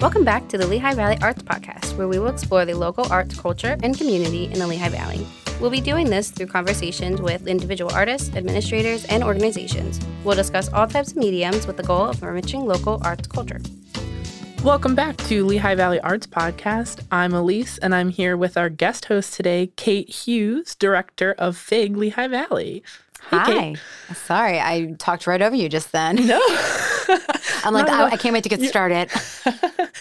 Welcome back to the Lehigh Valley Arts Podcast, where we will explore the local arts culture and community in the Lehigh Valley. We'll be doing this through conversations with individual artists, administrators, and organizations. We'll discuss all types of mediums with the goal of enriching local arts culture. Welcome back to Lehigh Valley Arts Podcast. I'm Elise, and I'm here with our guest host today, Kate Hughes, director of FIG Lehigh Valley. Hi, Hi. Kate. Sorry, I talked right over you just then. No. I'm like, No, I, no. I can't wait to get You- started.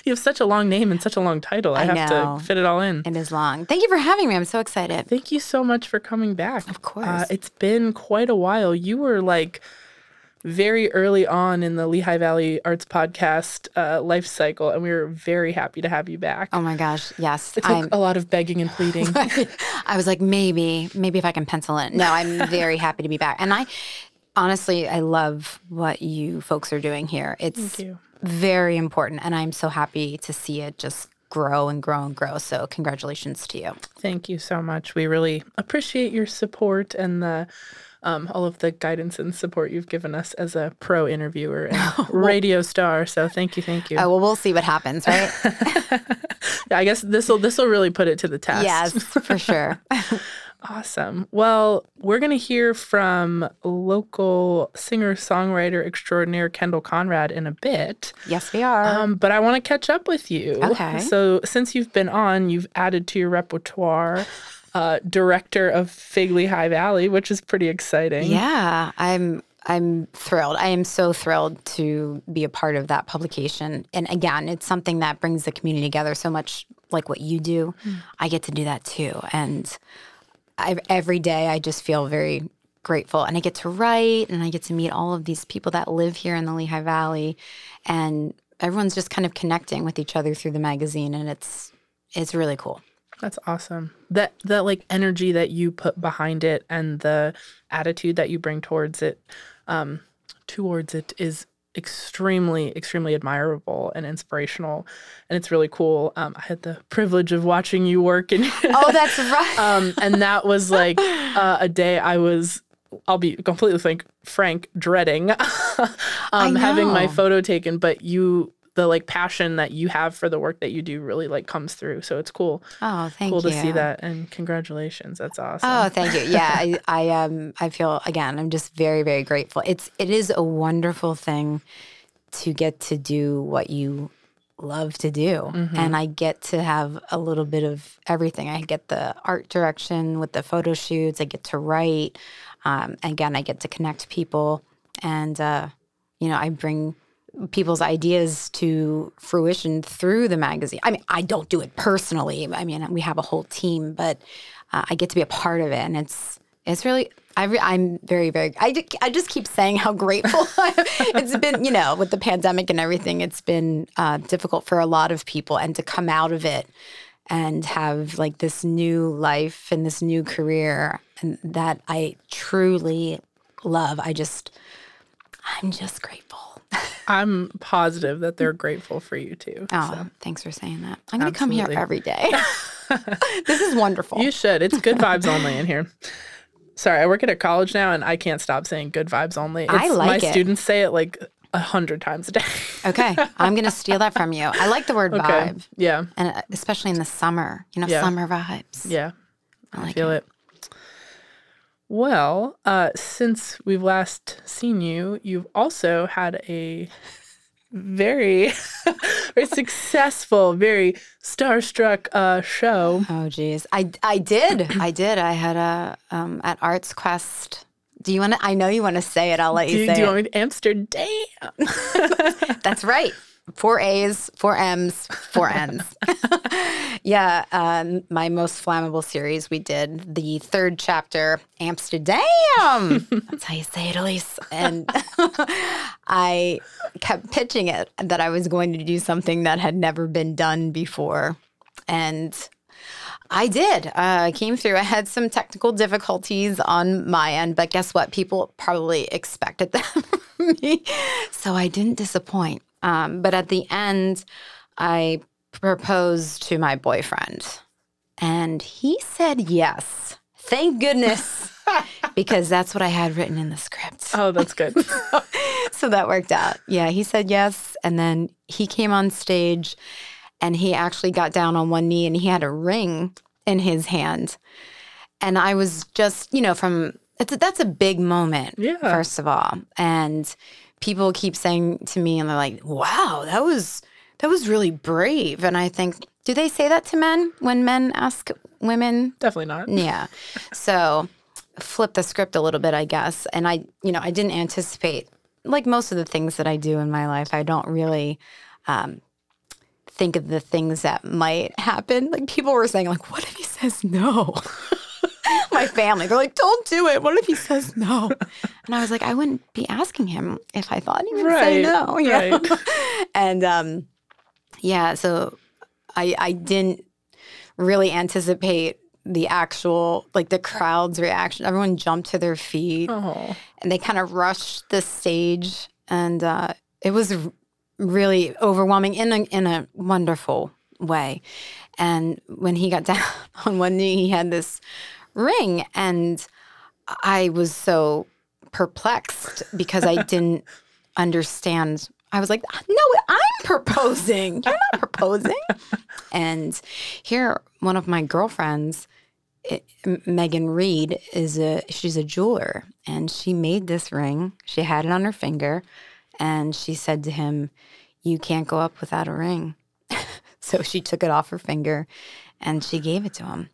You have such a long name and such a long title. I, I have know. to fit it all in. It is long. Thank you for having me. I'm so excited. Thank you so much for coming back. Of course. Uh, it's been quite a while. You were like very early on in the Lehigh Valley Arts Podcast uh, life cycle, and we were very happy to have you back. Oh my gosh. Yes. it took I'm, a lot of begging and pleading. I was like, maybe, maybe if I can pencil it. No, I'm very happy to be back. And I honestly, I love what you folks are doing here. It's you. very important. And I'm so happy to see it just grow and grow and grow. So, congratulations to you. Thank you so much. We really appreciate your support and the um, all of the guidance and support you've given us as a pro interviewer and radio star. So thank you, thank you. Oh, well, we'll see what happens, right? I guess this will this will really put it to the test. yes, for sure. Awesome. Well, we're going to hear from local singer songwriter extraordinaire Kendall Conrad in a bit. Yes, we are. Um, but I want to catch up with you. Okay. So since you've been on, you've added to your repertoire uh, director of Figley High Valley, which is pretty exciting. Yeah, I'm I'm thrilled. I am so thrilled to be a part of that publication. And again, it's something that brings the community together so much like what you do. Hmm. I get to do that too. And I every day I just feel very grateful and I get to write and I get to meet all of these people that live here in the Lehigh Valley and everyone's just kind of connecting with each other through the magazine and it's it's really cool. That's awesome. That that like energy that you put behind it and the attitude that you bring towards it, um, towards it is extremely extremely admirable and inspirational, and it's really cool. Um, I had the privilege of watching you work and Oh, that's right. um, and that was like uh, a day I was. I'll be completely frank, frank dreading um, having my know. photo taken, but you the like passion that you have for the work that you do really like comes through. So it's cool oh, thank cool you. to see that and congratulations that's awesome Oh, thank you. Yeah, I, I um I feel again, I'm just very very grateful. It's it is a wonderful thing to get to do what you love to do. And I get to have a little bit of everything. I get the art direction with the photo shoots, I get to write. Um, again, I get to connect people and uh, you know, I bring people's ideas to fruition through the magazine. I mean, I don't do it personally. I mean, we have a whole team, but uh, I get to be a part of it, and it's it's really. I re- I'm very, very. I, ju- I just keep saying how grateful I am. it's been, you know, with the pandemic and everything, it's been uh, difficult for a lot of people. And to come out of it and have like this new life and this new career and that I truly love, I just, I'm just grateful. i'm positive that they're grateful for you too Oh, so. thanks for saying that. I'm going to come here Absolutely. every day. this is wonderful. you should it's good vibes only in here sorry i work at a college now and i can't stop saying good vibes only I It's- like my it. students say it like a hundred times a day okay, I'm going to steal that from you. I like the word okay vibe, yeah and uh, especially in the summer. You know, Yeah. summer vibes. yeah I like feel it well uh since we've last seen you you've also had a very very successful very starstruck uh show Oh, geez, I I did, I did. I had a um at Arts Quest. Do you want to? I know you want to say it. I'll let you do, say do you it. want me to Amsterdam? That's right. Four A's, four M's, four N's. yeah, um, my most flammable series we did the third chapter, Amsterdam. That's how you say it, Elise. And I kept pitching it that I was going to do something that had never been done before, and I did. Uh, I came through. I had some technical difficulties on my end, but guess what? People probably expected that from me. So I didn't disappoint. Um, but at the end, I proposed to my boyfriend, and he said yes. Thank goodness, because that's what I had written in the script. Oh, that's good. so that worked out. Yeah, he said yes. And then he came on stage and he actually got down on one knee and he had a ring in his hand. And I was just, you know, from it's a, that's a big moment, Yeah. first of all. And people keep saying to me, and they're like, wow, that was. That was really brave. And I think, do they say that to men when men ask women Definitely not. yeah. So flip the script a little bit, I guess. And I, you know, I didn't anticipate, like most of the things that I do in my life, I don't really um, think of the things that might happen. Like people were saying, like, what if he says no? my family, they're like, don't do it. What if he says no? And I was like, I wouldn't be asking him if I thought he would Right, say no. Yeah. right. and um, yeah, so I I didn't really anticipate the actual like the crowd's reaction. Everyone jumped to their feet Oh, and they kind of rushed the stage, and uh, it was r- really overwhelming in a in a wonderful way. And when he got down on one knee, he had this ring, and I was so perplexed because I didn't understand. I was like, no, I'm proposing. You're not proposing. and here, one of my girlfriends, it, M- Megan Reed, is a she's a jeweler, and she made this ring. She had it on her finger, and she said to him, "You can't go up without a ring." so she took it off her finger, and she gave it to him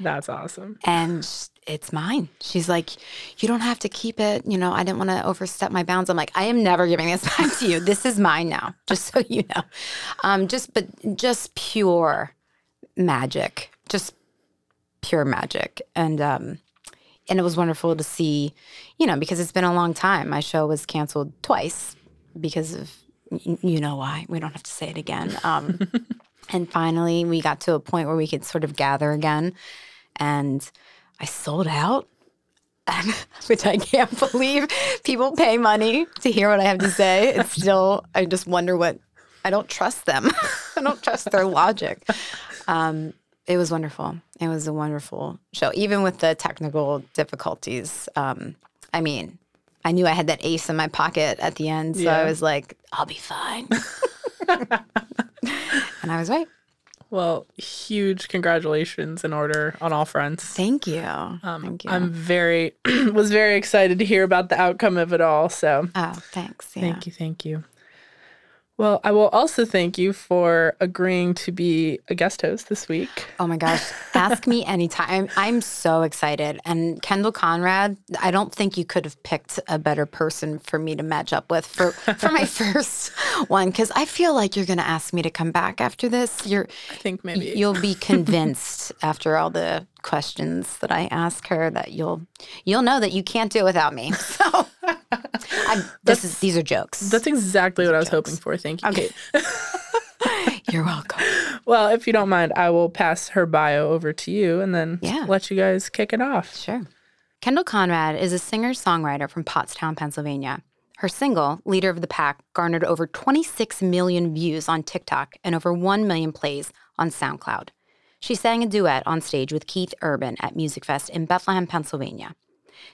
that's awesome. and sh- it's mine. She's like, you don't have to keep it. You know, I didn't want to overstep my bounds. I'm like, I am never giving this back to you. This is mine now, just so you know. Um, just but just pure magic, just pure magic, and um, and it was wonderful to see, you know, because it's been a long time. My show was canceled twice because of y- you know why. We don't have to say it again. Um, and finally, we got to a point where we could sort of gather again and I sold out, which I can't believe. People pay money to hear what I have to say. It's still, I just wonder what, I don't trust them. I don't trust their logic. Um, it was wonderful. It was a wonderful show, even with the technical difficulties. Um, I mean, I knew I had that ace in my pocket at the end, so I Yeah. was like, I'll be fine. and I was right. Well, huge congratulations in order on all fronts. Thank you. Um, Thank you. I'm very was very excited to hear about the outcome of it all. So oh, thanks. Yeah. thank you, thank you. Well, I will also thank you for agreeing to be a guest host this week. Oh my gosh. Ask me anytime. I'm so excited. And Kendall Conrad, I don't think you could have picked a better person for me to match up with for, for my first one because I feel like you're going to ask me to come back after this. You're I think maybe you'll be convinced after all the questions that I ask her that you'll you'll know that you can't do it without me. So I, this is these are jokes. that's exactly what I was hoping for. Thank you. Kate. You're welcome. Well, if you don't mind, I will pass her bio over to you and then Yeah. let you guys kick it off. Sure. Kendall Conrad is a singer songwriter from Pottstown, Pennsylvania. Her single, Leader of the Pack, garnered over 26 million views on TikTok and over 1 million plays on SoundCloud. She sang a duet on stage with Keith Urban at Music Fest in Bethlehem, Pennsylvania.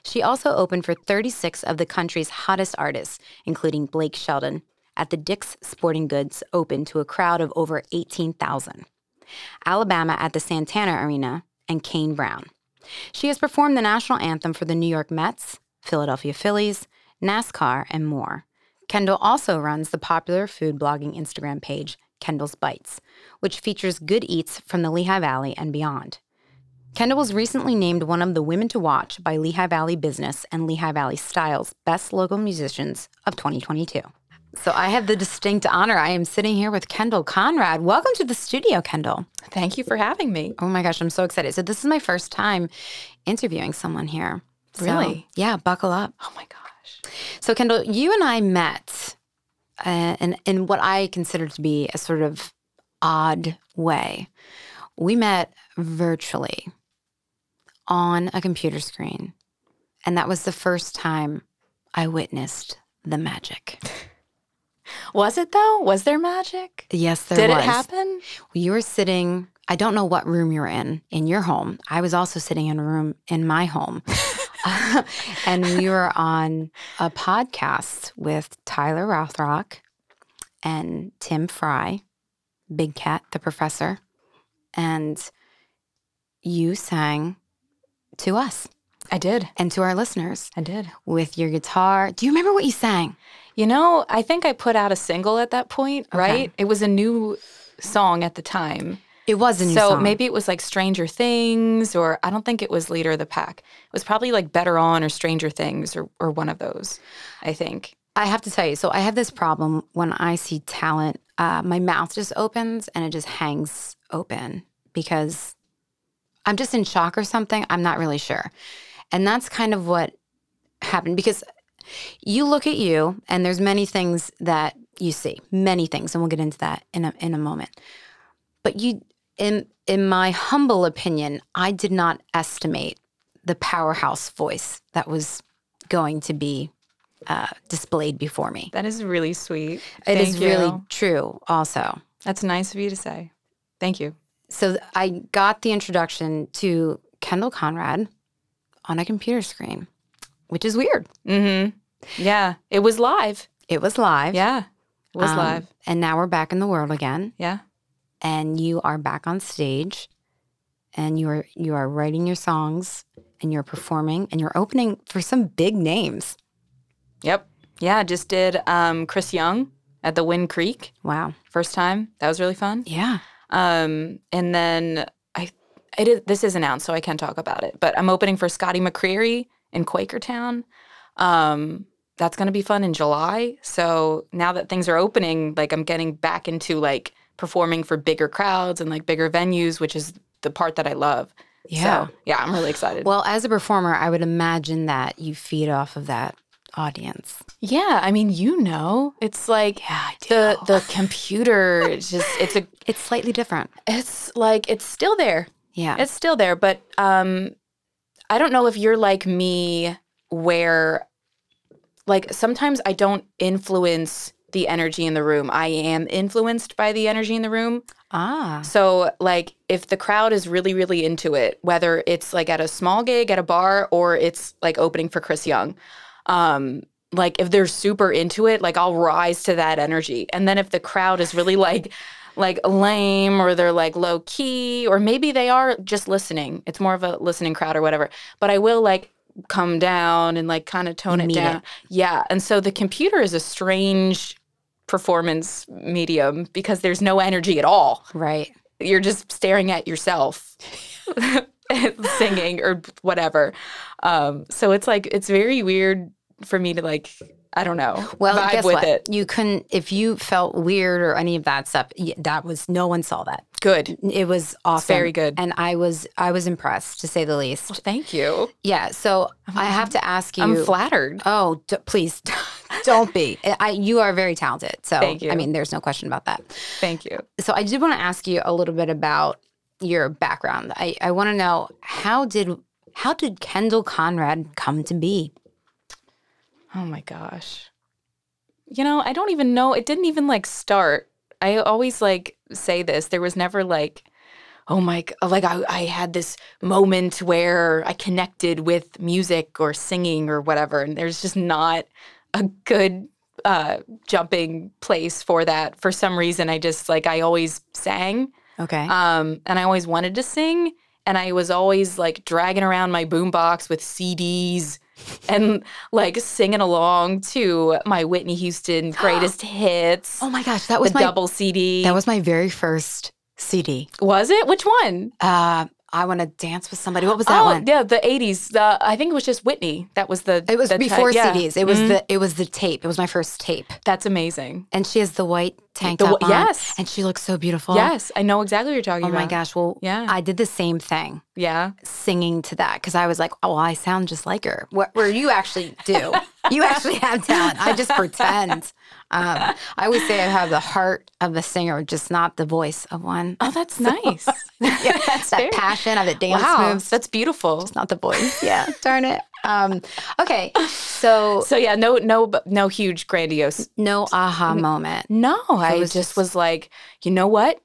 She also opened for 36 of the country's hottest artists, including Blake Sheldon, at the Dick's Sporting Goods Open to a crowd of over 18,000. Alabama at the Santana Arena, and Kane Brown. She has performed the national anthem for the New York Mets, Philadelphia Phillies, NASCAR, and more. Kendall also runs the popular food blogging Instagram page, Kendall's Bites, which features good eats from the Lehigh Valley and beyond. Kendall was recently named one of the Women to Watch by Lehigh Valley Business and Lehigh Valley Styles Best Local Musicians of 2022. So I have the distinct honor. I am sitting here with Kendall Conrad. Welcome to the studio, Kendall. Thank you for having me. Oh my gosh, I'm so excited. So this is my first time interviewing someone here. So, Really? yeah, buckle up. Oh my gosh. So Kendall, you and I met uh, in in what I consider to be a sort of odd way. We met virtually on a computer screen. And that was the first time I witnessed the magic. Was it though? Was there magic? Yes, there Did was. it happen? You were sitting, I don't know what room you were in in your home. I was also sitting in a room in my home. and we were on a podcast with Tyler Routhrock and Tim Fry, Big Cat, the professor. And you sang to us I did. and to our listeners I did. with your guitar. Do you remember what you sang? You know, I think I put out a single at that point, Okay. right? It was a new song at the time. It was a new so song. maybe it was like Stranger Things, or I don't think it was Leader of the Pack. It was probably like Better On or Stranger Things or, or one of those, I think. I have to tell you, so I have this problem when I see talent. Uh, my mouth just opens and it just hangs open because I'm just in shock or something. I'm not really sure. And that's kind of what happened because you look at you and there's many things that you see, many things, and we'll get into that in a, in a moment. But you, in in my humble opinion, I did not estimate the powerhouse voice that was going to be uh, displayed before me. That is really sweet. It is Thank you. really true, also. That's nice of you to say. Thank you. So th- I got the introduction to Kendall Conrad on a computer screen, which is weird. Mm hmm. Yeah. It was live. It was live. Yeah. It was Um, live. And now we're back in the world again. Yeah. And you are back on stage and you are you are writing your songs and you're performing and you're opening for some big names. Yep. Yeah. Just did um, Chris Young at the Wind Creek Wow. first time. That was really fun. Yeah. Um, and then I, it is, this is announced, so I can talk about it. But I'm opening for Scotty McCreery in Quakertown. Um, that's going to be fun in July. So now that things are opening, like I'm getting back into like performing for bigger crowds and like bigger venues, which is the part that I love. Yeah. So, yeah, I'm really excited. Well, as a performer, I would imagine that you feed off of that audience. yeah, I mean, you know, it's like Yeah, I the the computer is just it's a It's slightly different. it's like it's still there. Yeah. It's still there, but um, I don't know if you're like me, where like sometimes I don't influence the energy in the room. I am influenced by the energy in the room. ah. So, like, if the crowd is really, really into it, whether it's like at a small gig at a bar or it's like opening for Chris Young, um, like if they're super into it, like I'll rise to that energy. And then if the crowd is really like, like lame or they're like low key or maybe they are just listening. It's more of a listening crowd or whatever. But I will like come down and like kind of tone it Meet it. down. Yeah. And so the computer is a strange performance medium because there's no energy at all Right. you're just staring at yourself singing or whatever. Um, so it's like it's very weird for me to like I don't know Well, vibe guess with what? it. You couldn't if you felt weird or any of that stuff. y- That was no one saw that. Good, It was awesome, very good. and I was I was impressed to say the least. thank you. Yeah. So I have to ask you. I'm flattered. Oh, d- please don't be. I, I- you are very talented. So Thank you. I mean, there's no question about that. Thank you. So I did want to ask you a little bit about your background. I, I want to know how did how did Kendall Conrad come to be? Oh my gosh. You know, I don't even know. It didn't even like start. I always like say this. There was never like, oh my, g- like I, I had this moment where I connected with music or singing or whatever. And there's just not a good uh, jumping place for that. For some reason, I just like, I always sang Okay. um, and I always wanted to sing, and I was always like dragging around my boombox with CDs and like singing along to my Whitney Houston greatest hits. oh my gosh, that the was my double CD. that was my very first CD. Was it? Which one? Uh, I want to dance with somebody. What was that oh, one? yeah, the '80s. The I think it was just Whitney. That was the. It was the type- before yeah. CDs. It was Mhm. the it was the tape. It was my first tape, That's amazing. and she has the white tank The top wh- on. yes. and she looks so beautiful. yes, I know exactly what you're talking Oh about. my gosh. Well, Yeah. I did the same thing Yeah. singing to that because I was like, oh, well, I sound just like her. Where, where you actually do. you actually have talent. I just pretend. Um, I always say I have the heart of a singer, just not the voice of one. Oh, that's nice. Yeah, that's that very- passion of the dance Wow, moves. that's beautiful. It's not the voice. Yeah. Darn it. Um, okay. So So yeah, no, no, no huge grandiose no aha moment. No, I was just just- was like, you know what?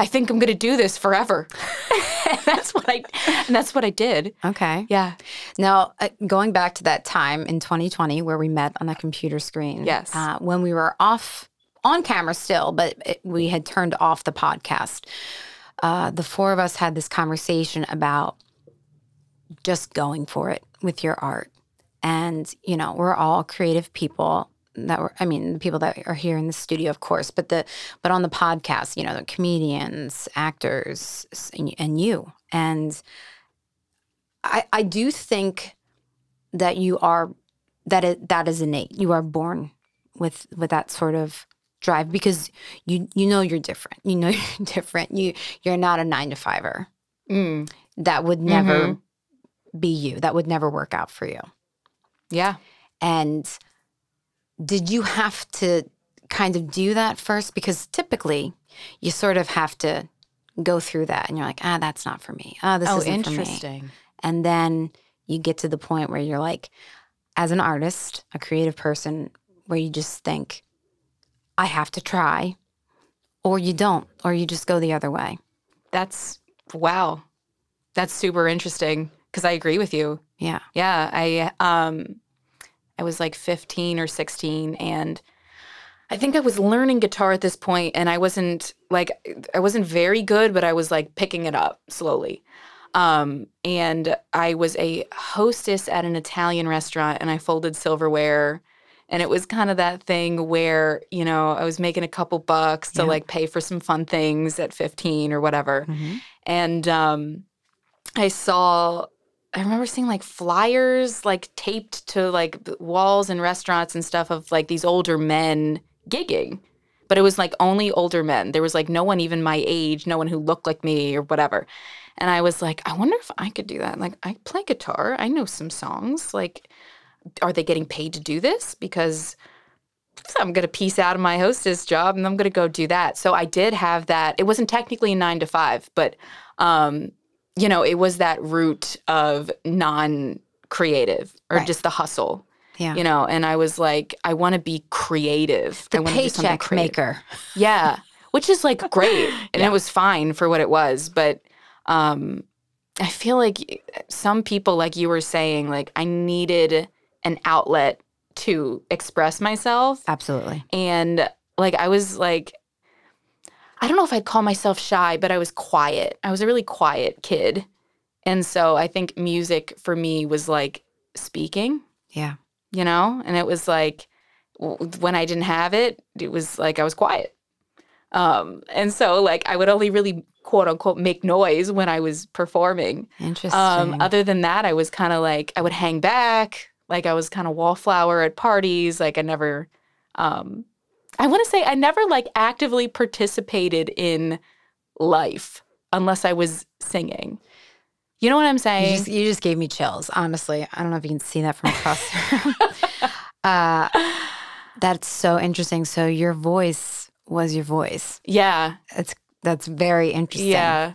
I think I'm going to do this forever. and that's what I and that's what I did. Okay. Yeah. Now, uh, going back to that time in 2020 where we met on the computer screen. Yes. Uh, when we were off on camera still, but it, we had turned off the podcast. Uh, the four of us had this conversation about just going for it with your art. And, you know, we're all creative people that were, I mean, the people that are here in the studio, of course, but the, but on the podcast, you know, the comedians, actors, s- and y- and you. And I, I do think that you are, that it, that is innate. You are born with, with that sort of drive because you, you know, you're different. You know, you're different. You, you're not a nine to fiver. Mm. That would never Mm-hmm. be you. That would never work out for you. Yeah. And did you have to kind of do that first? Because typically you sort of have to go through that and you're like, ah, that's not for me. Ah, this oh, isn't for me. interesting. And then you get to the point where you're like, as an artist, a creative person, where you just think, I have to try, or you don't, or you just go the other way. That's wow. That's super interesting because I agree with you. Yeah. Yeah, I um I was like 15 or 16 and I think I was learning guitar at this point and I wasn't like I wasn't very good but I was like picking it up slowly. Um and I was a hostess at an Italian restaurant and I folded silverware and it was kind of that thing where, you know, I was making a couple bucks to Yeah. like pay for some fun things at 15 or whatever and um, I saw. I remember seeing like flyers like taped to like b- walls and restaurants and stuff of like these older men gigging. But it was like only older men. There was like no one even my age, no one who looked like me or whatever. And I was like, I wonder if I could do that. Like I play guitar, I know some songs. Like are they getting paid to do this? Because I'm going to piece out of my hostess job and I'm going to go do that. So I did have that. It wasn't technically a 9 to 5, but um, you know, it was that root of non creative or Right. just the hustle, Yeah. you know. And I was like, I want to be creative. I The want to do something paycheck creative. maker. Yeah. Which is like great. And it was fine for what it was. But um, I feel like some people, like you were saying, like I needed an outlet to express myself Absolutely. and like I was like I don't know if I'd call myself shy, but I was quiet. I was a really quiet kid. And so I think music for me was like speaking, Yeah. you know? And it was like w- when I didn't have it, it was like I was quiet. Um and so like I would only really quote unquote make noise when I was performing. Interesting. Um, other than that, I was kind of like I would hang back, like I was kind of wallflower at parties. Like I never, um, I want to say I never like actively participated in life unless I was singing. You know what I'm You saying? just, you just gave me chills, honestly. I don't know if you can see that from across the room. uh, that's so interesting. So your voice was your voice. yeah, That's that's very interesting. yeah,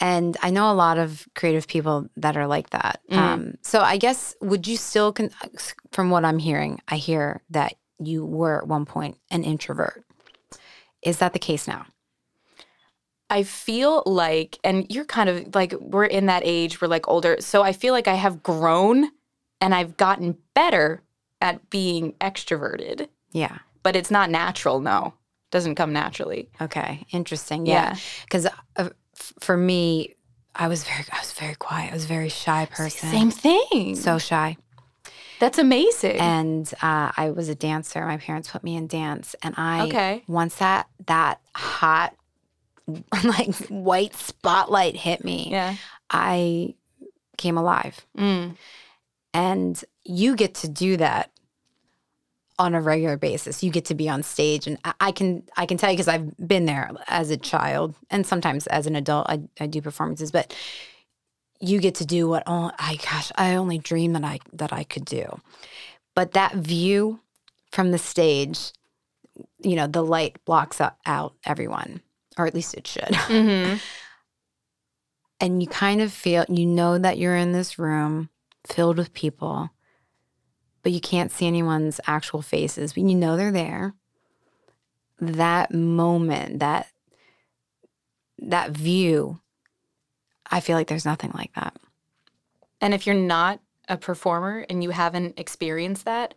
And I know a lot of creative people that are like that. Mhm. Um, so I guess would you still, con- from what I'm hearing, I hear that you were at one point an introvert. Is that the case now? I feel like, and you're kind of like, we're in that age, we're like older. So I feel like I have grown and I've gotten better at being extroverted, Yeah. but it's not natural, no. Doesn't come naturally. Okay. Interesting. Yeah. Yeah. because uh, f- for me, I was very, I was very quiet. I was a very shy person. Same thing. So shy. that's amazing. And uh, I was a dancer. My parents put me in dance, and I Okay. once that that hot, like white spotlight hit me, yeah. I came alive. Mm. And you get to do that on a regular basis. You get to be on stage, and I- I can I can tell you because I've been there as a child, and sometimes as an adult, I, I do performances. But you get to do what oh, I gosh, I only dream that I that I could do. But that view from the stage, you know, the light blocks out, out everyone, or at least it should hmm and you kind of feel you know that you're in this room filled with people but you can't see anyone's actual faces but you know they're there that moment that that view, I feel like there's nothing like that. And if you're not a performer and you haven't experienced that,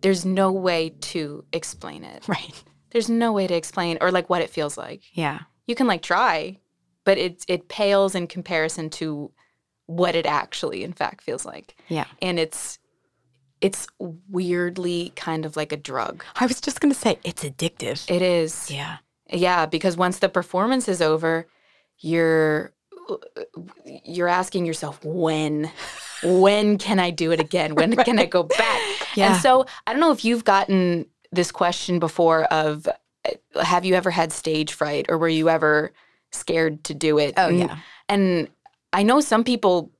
there's no way to explain it. Right. There's no way to explain or like what it feels like. Yeah. You can like try, but it it pales in comparison to what it actually in fact feels like. Yeah. And it's it's weirdly kind of like a drug. I was just going to say it's addictive. It is. yeah. Yeah, because once the performance is over, you're you're asking yourself when when can I do it again? When can I go back? Yeah. And so, I don't know if you've gotten this question before of uh, have you ever had stage fright or were you ever scared to do it? oh, And- yeah. And I know some people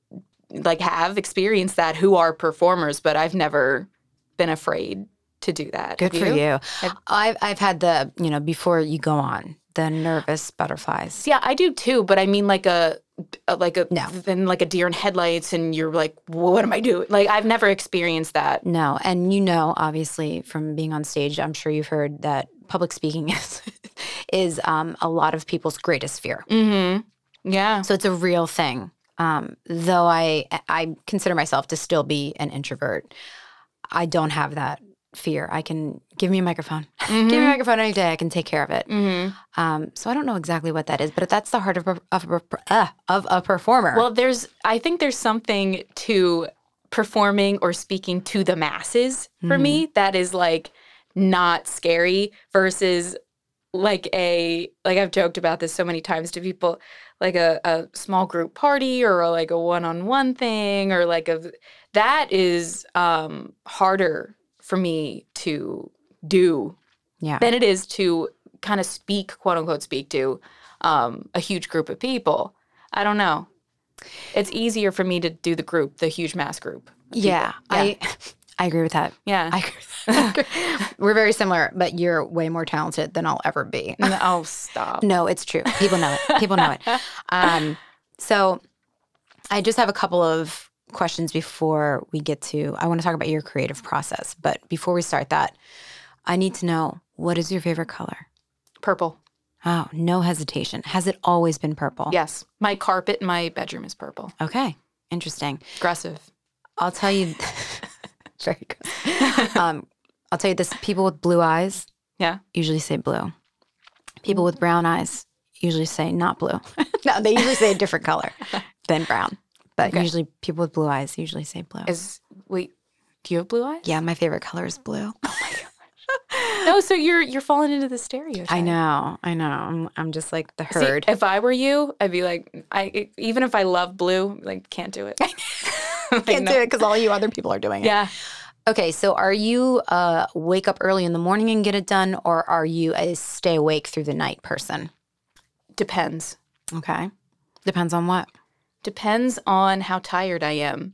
like have experienced that who are performers, but I've never been afraid to do that. Good Have for you. Have- I've, I've had the, you know, before you go on, the nervous butterflies. Yeah, I do too, but I mean like a, a like a No. then like a deer in headlights, and you're like, well, what am I doing? Like I've never experienced that. No, and you know, obviously, from being on stage, I'm sure you've heard that public speaking is is um, a lot of people's greatest fear. Mm-hmm. Yeah. So it's a real thing. Um, though I I consider myself to still be an introvert, I don't have that fear. I can give me a microphone, Mm-hmm. give me a microphone any day. I can take care of it. hmm Um, so I don't know exactly what that is, but that's the heart of a, of a, uh, of a performer. Well, there's I think there's something to performing or speaking to the masses for me that is like not scary versus like a like I've joked about this so many times to people like a, a small group party or a, like a one-on-one thing or like a that is um harder for me to do yeah, than it is to kind of speak, quote unquote, speak to um, a huge group of people. I don't know. It's easier for me to do the group, the huge mass group. yeah, I I agree with that. Yeah. I agree. We're very similar, but you're way more talented than I'll ever be. No, oh, stop. No, it's true. People know it. People know it. Um, so I just have a couple of questions before we get to, I want to talk about your creative process. But before we start that, I need to know what is your favorite color? Purple. Oh, no hesitation. Has it always been purple? Yes. My carpet in my bedroom is purple. Okay. Interesting. Aggressive. I'll tell you. very good. Um, I'll tell you this: people with blue eyes, Yeah. usually say blue. People with brown eyes usually say not blue. no, they usually say a different color than brown. But Okay. usually, people with blue eyes usually say blue. Is, wait, do you have blue eyes? Oh. yeah, my favorite color is blue. No, so you're you're falling into the stereotype. I know, I know. I'm, I'm just like the See, herd. if I were you, I'd be like, I even if I love blue, like can't do it. I can't do it because all you other people are doing it. Yeah. Okay, so are you uh, wake up early in the morning and get it done, or are you a stay awake through the night person? Depends. Okay, depends on what. Depends on how tired I am.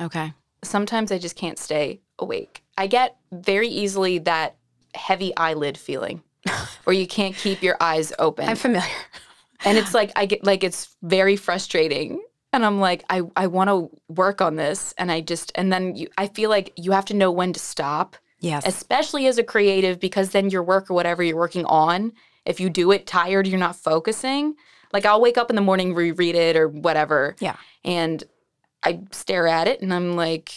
Okay. sometimes I just can't stay awake. I get very easily that heavy eyelid feeling where you can't keep your eyes open. I'm familiar. and it's like I get like it's very frustrating. And I'm like I I want to work on this and I just and then you I feel like you have to know when to stop, Yes. especially as a creative because then your work or whatever you're working on, if you do it tired, you're not focusing. Like I'll wake up in the morning, reread it or whatever yeah. and I stare at it and I'm like,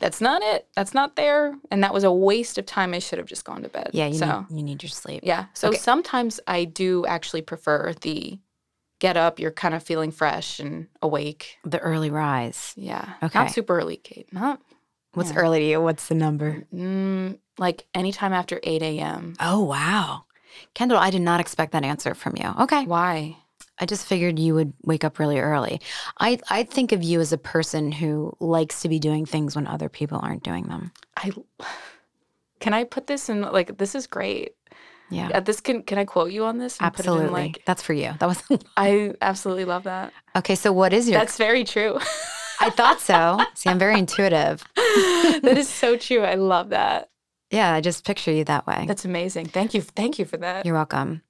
that's not it. That's not there. And that was a waste of time. I should have just gone to bed. Yeah. You, so, need, you need your sleep. yeah. So Okay. sometimes I do actually prefer the get up, you're kind of feeling fresh and awake. The early rise. Yeah. Okay. Not super early, Kate. Not What's Yeah. early to you? What's the number? mm, like anytime after 8 a.m. Oh, wow. Kendall, I did not expect that answer from you. Okay. Why? I just figured you would wake up really early. I, I think of you as a person who likes to be doing things when other people aren't doing them. I can I put this in like this is great. Yeah. Uh, This can can I quote you on this? and put it in, absolutely. like That's for you. That was I absolutely love that. okay. So, what is your? That's very true. I thought so. See, I'm very intuitive. that is so true. I love that. Yeah, I just picture you that way. That's amazing. Thank you. Thank you for that. You're welcome.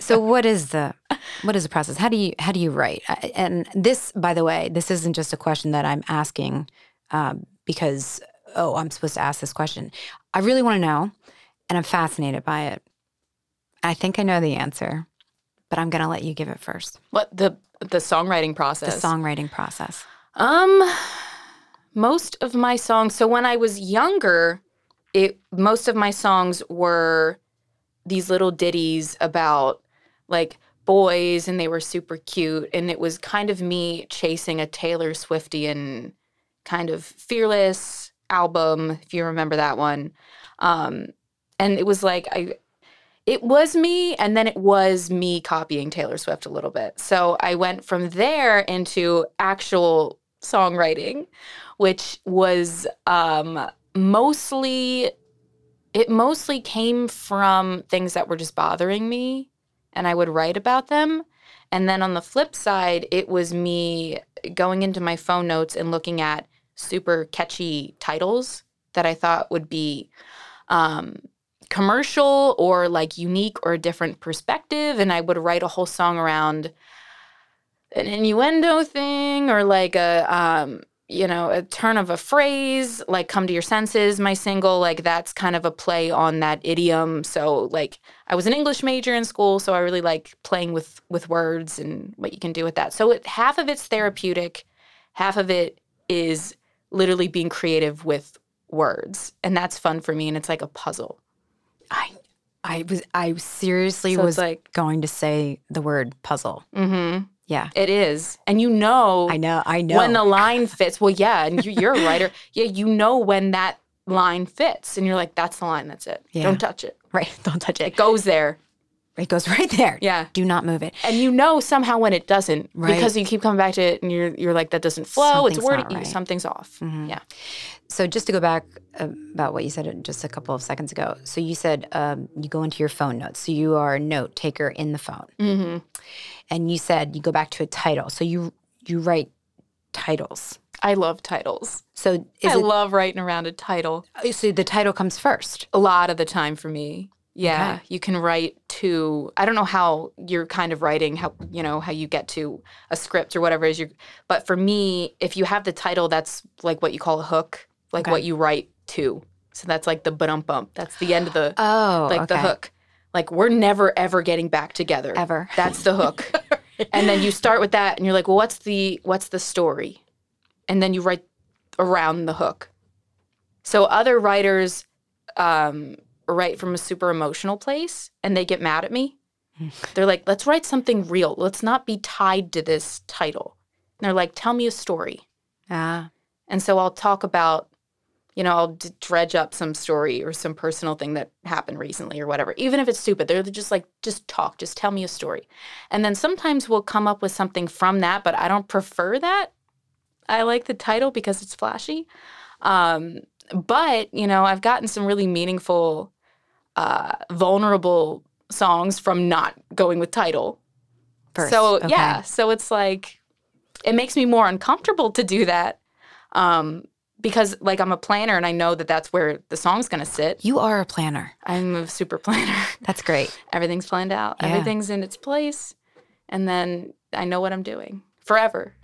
so what is the what is the process? How do you how do you write? I- And this, by the way, this isn't just a question that I'm asking um, because oh, I'm supposed to ask this question. I really want to know, and I'm fascinated by it. I think I know the answer, but I'm going to let you give it first. What the the songwriting The process? songwriting process. Um, most of my songs. So when I was younger, it most of my songs were these little ditties about like boys, and they were super cute, and it was kind of me chasing a Taylor Swiftian kind of fearless album, if you remember that one. Um, and it was like I. It was me, and then it was me copying Taylor Swift a little bit. So I went from there into actual songwriting, which was um, mostly it mostly came from things that were just bothering me, and I would write about them. And then on the flip side, it was me going into my phone notes and looking at super catchy titles that I thought would be um, commercial or like unique or a different perspective. And I would write a whole song around an innuendo thing or like a um you know a turn of a phrase like come to your senses my single like that's kind of a play on that idiom so like i was an english major in school so i really like playing with with words and what you can do with that so it, half of it's therapeutic half of it is literally being creative with words and that's fun for me and it's like a puzzle I I was I seriously so was it's like going to say the word puzzle. mhm Yeah. it is and you know I know. I know. when the line fits. Well, yeah, and you, you're a writer. Yeah, you know when that line fits, and you're like, that's the line. That's it. Yeah. Don't touch it. right, don't touch It it. goes there. It goes right there. Yeah, Do not move it. and you know somehow when it doesn't Right. because you keep coming back to it, and you're you're like, that doesn't flow. it's Something's wordy. not right. Something's off. Mhm. Yeah. So just to go back uh, about what you said just a couple of seconds ago. So you said um, you go into your phone notes. So you are a note taker in the phone, hmm and you said you go back to a title. So you you write titles. I love titles. So is I it uh, love writing around a title. so the title comes first? a lot of the time for me. Yeah, you can write to I don't know how you're kind of writing how you know how you get to a script or whatever it is you but for me if you have the title that's like what you call a hook, like Okay. what you write to. So that's like the bump bump. That's the end of the Oh, like the okay. hook. Like we're never ever getting back together. ever. That's the hook. and then you start with that and you're like, "Well, what's the what's the story?" And then you write around the hook. So other writers um, write from a super emotional place and they get mad at me. They're like, "Let's write something real. Let's not be tied to this title." And they're like, "Tell me a story." Ah, And so I'll talk about, you know, I'll d- dredge up some story or some personal thing that happened recently or whatever, even if it's stupid. They're just like, just talk, just tell me a story. And then sometimes we'll come up with something from that, but I don't prefer that. I like the title because it's flashy. Um, but, you know, I've gotten some really meaningful, uh, vulnerable songs from not going with title. first. So Okay. yeah, so it's like it makes me more uncomfortable to do that um, because like I'm a planner and I know that that's where the song's gonna sit. you are a planner. I'm a super planner. That's great. Everything's planned out. Yeah. Everything's in its place, and then I know what I'm doing forever.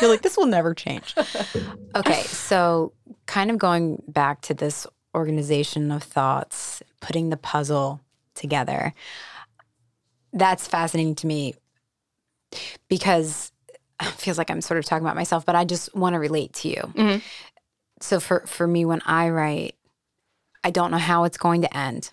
You're like, this will never change. okay. So, kind of going back to this organization of thoughts, putting the puzzle together, that's fascinating to me because it feels like I'm sort of talking about myself, but I just want to relate to you. Mhm. So, for, for me, when I write, I don't know how it's going to end.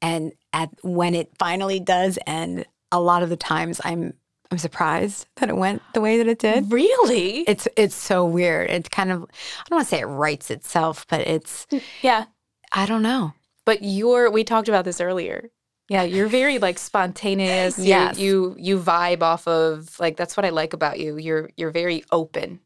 And at when it finally does end, a lot of the times I'm I'm surprised that it went the way that it did Really? it's it's so weird. It's kind of I don't want to say it writes itself, but it's yeah. I don't know. But you're. We talked about this earlier. Yeah, you're very like spontaneous. You- Yes. You you vibe off of like that's what I like about you. You're you're very open.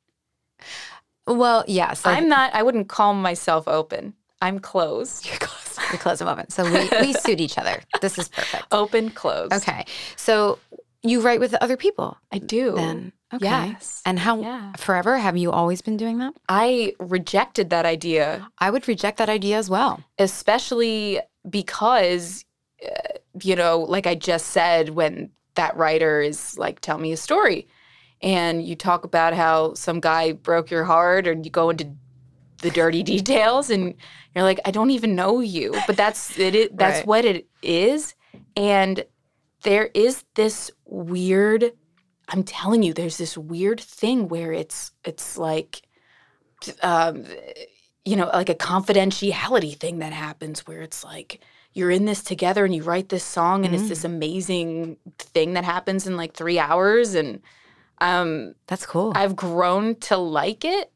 Well, yes, like- I'm not. I wouldn't call myself open. I'm closed. you're close. You're close a moment. So we we suit each other. This is perfect. Open, closed. Okay, so you write with other people I do. then. Okay. Yes. And how yeah. forever have you always been doing that? I rejected that idea, I would reject that idea as well. especially because, uh, you know, like I just said, when that writer is like, tell me a story. And you talk about how some guy broke your heart, and you go into the dirty details, and you're like, I don't even know you, but that's it. it that's Right. what it is, and there is this weird i'm telling you there's this weird thing where it's it's like um you know like a confidentiality thing that happens where it's like you're in this together and you write this song and it's this amazing thing that happens in like 3 hours and um That's cool. I've grown to like it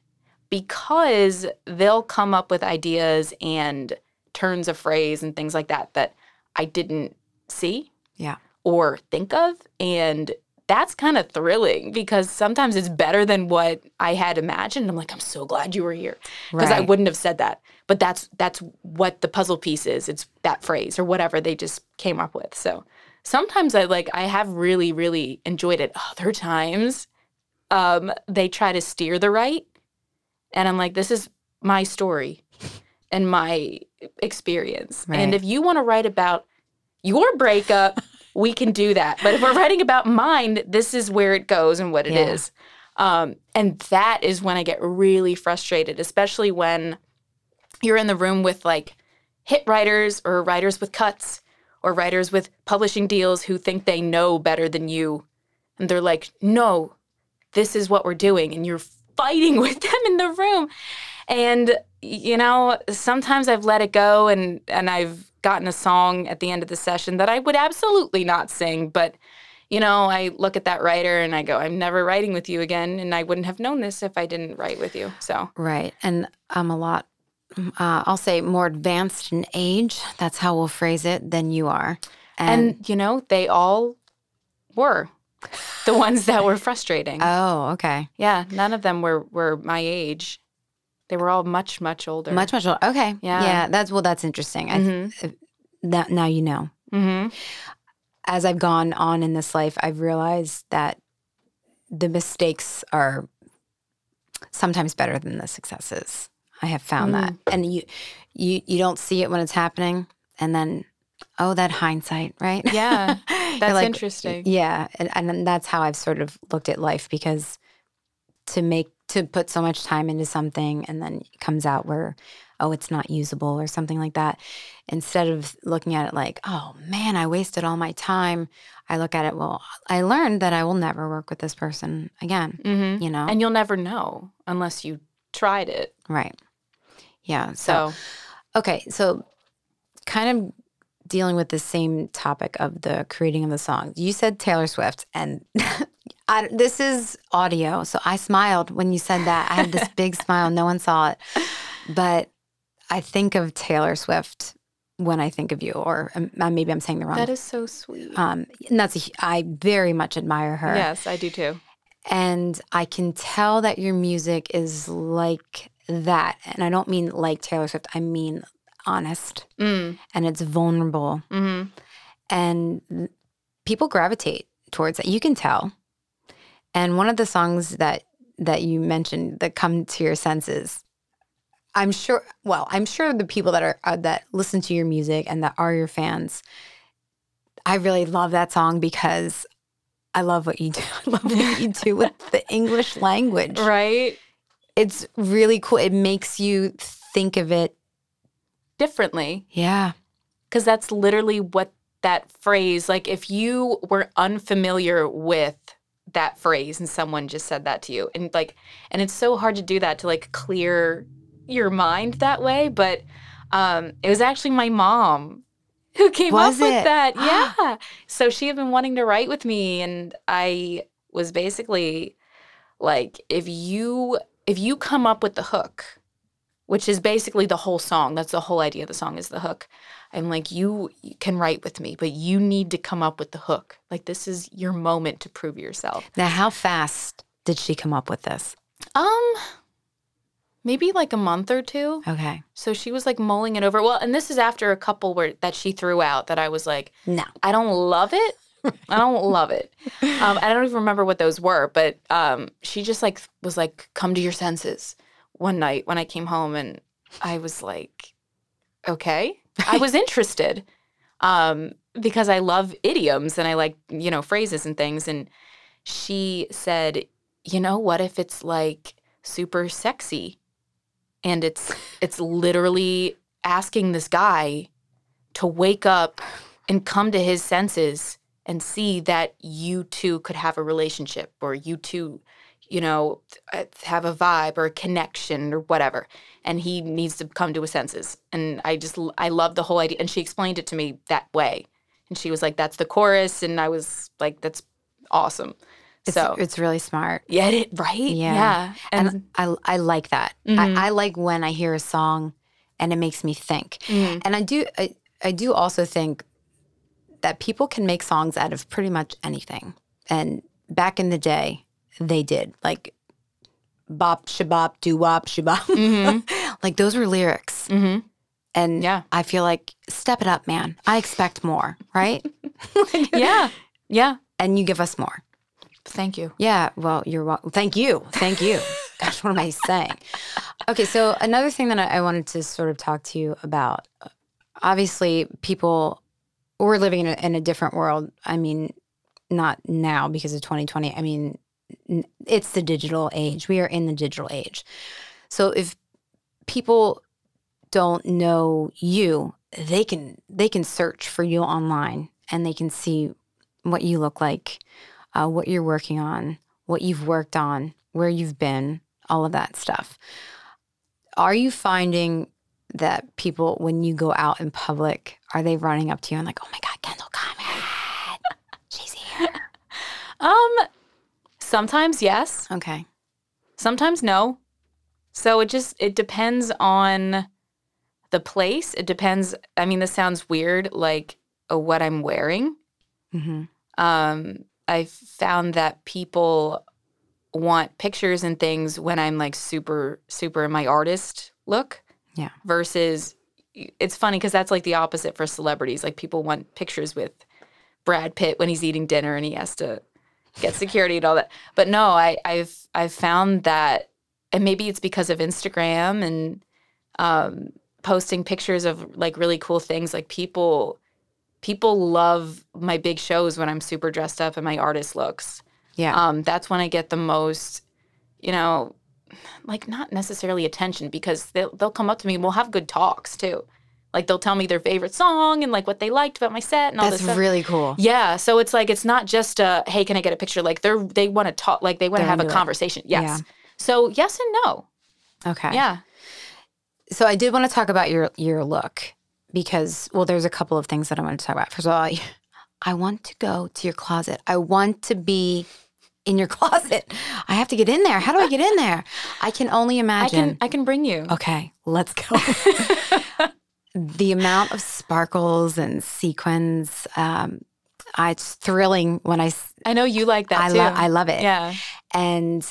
because they'll come up with ideas and turns of phrase and things like that that I didn't see Yeah. or think of. And that's kind of thrilling because sometimes it's better than what I had imagined. I'm like, I'm so glad you were here because I Right. wouldn't have said that. But that's that's what the puzzle piece is. It's that phrase or whatever they just came up with. So sometimes I like I have really really enjoyed it. Other times, um, they try to steer the right, and I'm like, this is my story and my experience. Right. And if you want to write about your breakup, we can do that. But if we're writing about mine, this is where it goes and what it is. Yeah. Um, and that is when I get really frustrated, especially when you're in the room with like hit writers or writers with cuts or writers with publishing deals who think they know better than you. And they're like, no, this is what we're doing. And you're fighting with them in the room. And, you know, sometimes I've let it go and, and I've gotten a song at the end of the session that I would absolutely not sing. But, you know, I look at that writer and I go, I'm never writing with you again. And I wouldn't have known this if I didn't write with you. So, Right. And I'm a lot, mm, uh, I'll say more advanced in age. That's how we'll phrase it than you are. and, And, you know, they all were the ones that were frustrating. oh, okay. Yeah, none of them were were my age. They were all much much older. Much, much older. Okay. Yeah. Yeah. That's, well, that's interesting. Mhm. I, that, now you know. Mhm. As I've gone on in this life, I've realized that the mistakes are sometimes better than the successes. I have found that. And you, you, you don't see it when it's happening. And then, oh, that hindsight, right? Yeah, You're that's like, interesting. Yeah, and, and then that's how I've sort of looked at life because to make to put so much time into something and then it comes out where oh it's not usable or something like that instead of looking at it like oh man I wasted all my time I look at it well I learned that I will never work with this person again Mhm. you know And you'll never know unless you tried it. right yeah so So, Okay, so kind of dealing with the same topic of the creating of the song. You said Taylor Swift, and I, this is audio, so I smiled when you said that. I had this big smile. No one saw it, but I think of Taylor Swift when I think of you, or um, maybe I'm saying the wrong. that is so sweet. um, and that's a hu- I very much admire her Yes, I do too. and I can tell that your music is like that. And I don't mean like Taylor Swift, I mean honest Mm. and it's vulnerable. Mhm. And th- people gravitate towards it. You can tell. And one of the songs that that you mentioned that come to your senses I'm sure well, I'm sure the people that are uh, that listen to your music and that are your fans I really love that song because I love what you do. I love what you do with the English language Right? it's really cool. It makes you think of it. Differently, Yeah. cuz that's literally what that phrase like if you were unfamiliar with that phrase and someone just said that to you and like and it's so hard to do that to like clear your mind that way but um it was actually my mom who came Was up with it? that yeah so she had been wanting to write with me and i was basically like if you if you come up with the hook which is basically the whole song that's the whole idea of the song is the hook i'm like you can write with me but you need to come up with the hook like this is your moment to prove yourself Now, how fast did she come up with this? um, maybe like a month or two. Okay. So she was like mulling it over. Well, and this is after a couple where that she threw out that I was like, No. I don't love it. I don't love it. Um, I don't even remember what those were, but um, she just like was like, "Come to your senses." One night when I came home, and I was like, "Okay," I was interested um, because I love idioms and I like you know phrases and things. And she said, "You know what? If it's like super sexy, and it's it's literally asking this guy to wake up and come to his senses and see that you two could have a relationship or you two, you know, th- uh, have a vibe or a connection or whatever. And he needs to come to his senses. And I just, l- I love the whole idea. And she explained it to me that way. And she was like, that's the chorus. And I was like, that's awesome. It's, so, it's really smart. yeah, it, right? Yeah. And, And I, I like that. Mhm. I, I like when I hear a song and it makes me think. Mhm. And I do I, I do also think that people can make songs out of pretty much anything. And back in the day, they did. Like bop shabop doo wop shabop. Mhm. like those were lyrics. Mhm. And Yeah. I feel like step it up, man. I expect more, right? yeah. Yeah. And you give us more. Thank you. Yeah, well, you're welcome. Thank you. Thank you. Gosh, what am I saying? Okay, so another thing that I, I wanted to sort of talk to you about obviously, people, we're living in a, in a different world. I mean, not now because of 2020. I mean, n- it's the digital age. We are in the digital age. So if people don't know you, they can they can search for you online and they can see what you look like uh, what you're working on, what you've worked on, where you've been, all of that stuff. Are you finding that people, when you go out in public, are they running up to you and like, oh my God, Kendall Comet? She's here. Um, sometimes yes, Okay. sometimes no. So it just it depends on the place. It depends. I mean, this sounds weird, like uh, what I'm wearing. Mm-hmm. Um, I found that people want pictures and things when I'm like super super in my artist look. Yeah. Versus, it's funny because that's like the opposite for celebrities. Like people want pictures with Brad Pitt when he's eating dinner and he has to get security and all that. But no, I, I've I've found that, and maybe it's because of Instagram and um, posting pictures of like really cool things. Like people, people love my big shows when I'm super dressed up and my artist looks. Yeah. Um, that's when I get the most, you know, like not necessarily attention because they'll, they'll come up to me and we'll have good talks too. Like they'll tell me their favorite song and like what they liked about my set and all That's this stuff. really cool. Yeah, so it's like it's not just a hey, can I get a picture? Like they're they want to talk, like they want to They're have a into it. conversation. Yes. So yes and no. Okay. Yeah. So I did want to talk about your your look because well, there's a couple of things that I want to talk about. First of all, I, I want to go to your closet. I want to be in your closet. I have to get in there. How do I get in there? I can only I imagine. can I can bring you. Okay, let's go. the amount of sparkles and sequins, um, I, it's thrilling when I s- I know you like that I, too. lo- I love it. yeah. And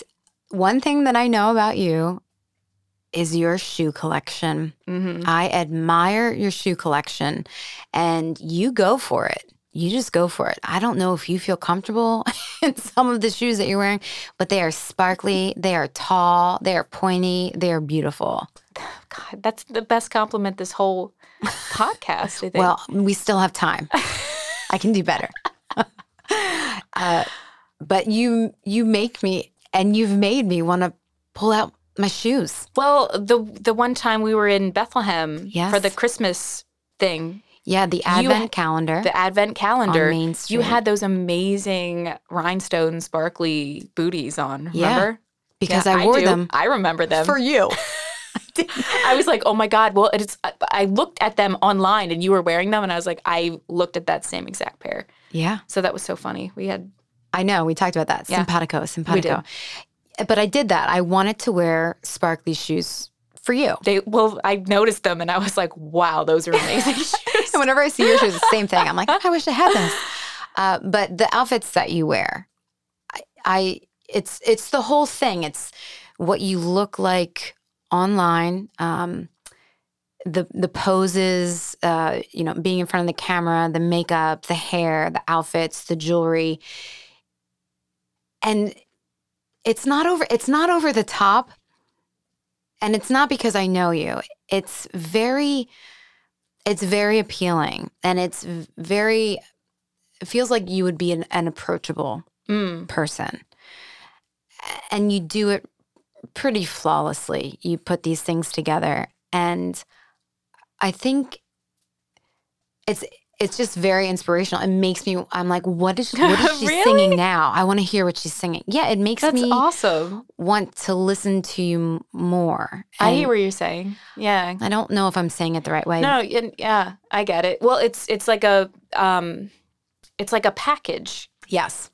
one thing that I know about you is your shoe collection. Mm-hmm. I admire your shoe collection and you go for it. You just go for it. I don't know if you feel comfortable in some of the shoes that you're wearing, but they are sparkly, they are tall, they are pointy, they are beautiful. God, that's the best compliment this whole podcast. I think. Well, we still have time. I can do better. uh, but you you make me and you've made me want to pull out my shoes. well, the the one time we were in Bethlehem Yes. for the Christmas thing, Yeah, the advent ha- calendar the Advent on calendar. Main Street. You had those amazing rhinestone sparkly booties on, remember? Yeah. because Yeah, I wore do. them I remember them. for you. I was like, oh my god. Well, it's. I- I looked at them online, and you were wearing them, and I was like, I looked at that same exact pair. Yeah. So that was so funny. We had. I know we talked about that. Yeah. Simpatico, simpatico. But I did that. I wanted to wear sparkly shoes for you. They well, I noticed them, and I was like, wow, those are amazing shoes. And whenever I see your shoes, it's the same thing. I'm like, I wish I had this. Uh, but the outfits that you wear, I, I it's it's the whole thing. It's what you look like online, um, the the poses, uh, you know, being in front of the camera, the makeup, the hair, the outfits, the jewelry, and it's not over. It's not over the top, and it's not because I know you. It's very it's very appealing and it's v- very it feels like you would be an, an approachable Mm, person A- and you do it pretty flawlessly you put these things together and i think it's it's just very inspirational. It makes me. I'm like, what is what is she Really? singing now? I want to hear what she's singing. Yeah, it makes That's me awesome. want to listen to you m- more. I And hear what you're saying. Yeah. I don't know if I'm saying it the right way. No, and- yeah, I get it. Well, it's it's like a um, it's like a package Yes.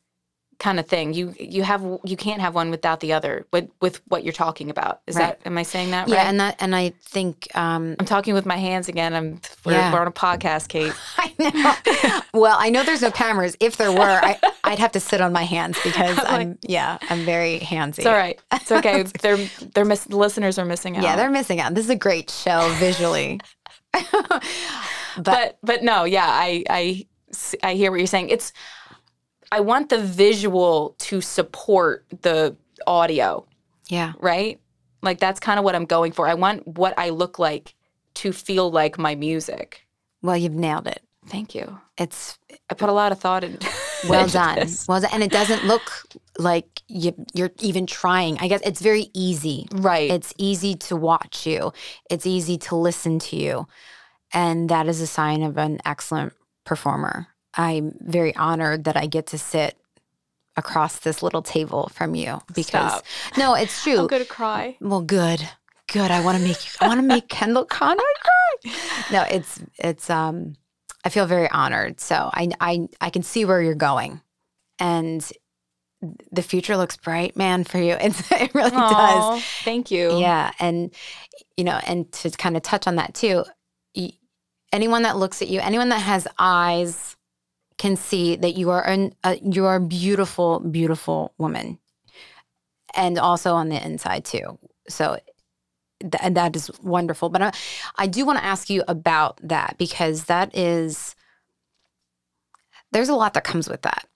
kind of thing. You you have you can't have one without the other. With with what you're talking about, is Right. that am I saying that Yeah, right? and that and I think um, I'm talking with my hands again. I'm we're, Yeah. we're on a podcast, Kate. I know. well, I know there's no cameras. If there were, I, I'd have to sit on my hands because I'm yeah, I'm very handsy. It's all right. It's okay. they're they're miss, the listeners are missing out. Yeah, they're missing out. This is a great show visually. but but no, yeah, I I s- I hear what you're saying. It's I want the visual to support the audio. Yeah. right? Like that's kind of what I'm going for. I want what I look like to feel like my music. Well, you've nailed it. Thank you. It's I put a lot of thought into well into done. this. Well done. And it doesn't look like you, you're even trying. I guess it's very easy. Right. It's easy to watch you. It's easy to listen to you. And that is a sign of an excellent performer. I'm very honored that I get to sit across this little table from you because Stop. no, it's true. I'm gonna cry. Well, good, good. I want to make you. I want to make Kendall Connor cry. No, it's it's. Um, I feel very honored. So I I I can see where you're going, and the future looks bright, man, for you. It's, it really does. Aw, Thank you. Yeah, and you know, and to kind of touch on that too, y- anyone that looks at you, anyone that has eyes, can see that you are an, a, you are a beautiful, beautiful woman, and also on the inside too. So. th- and that is wonderful. But I, I do want to ask you about that because that is, there's a lot that comes with that,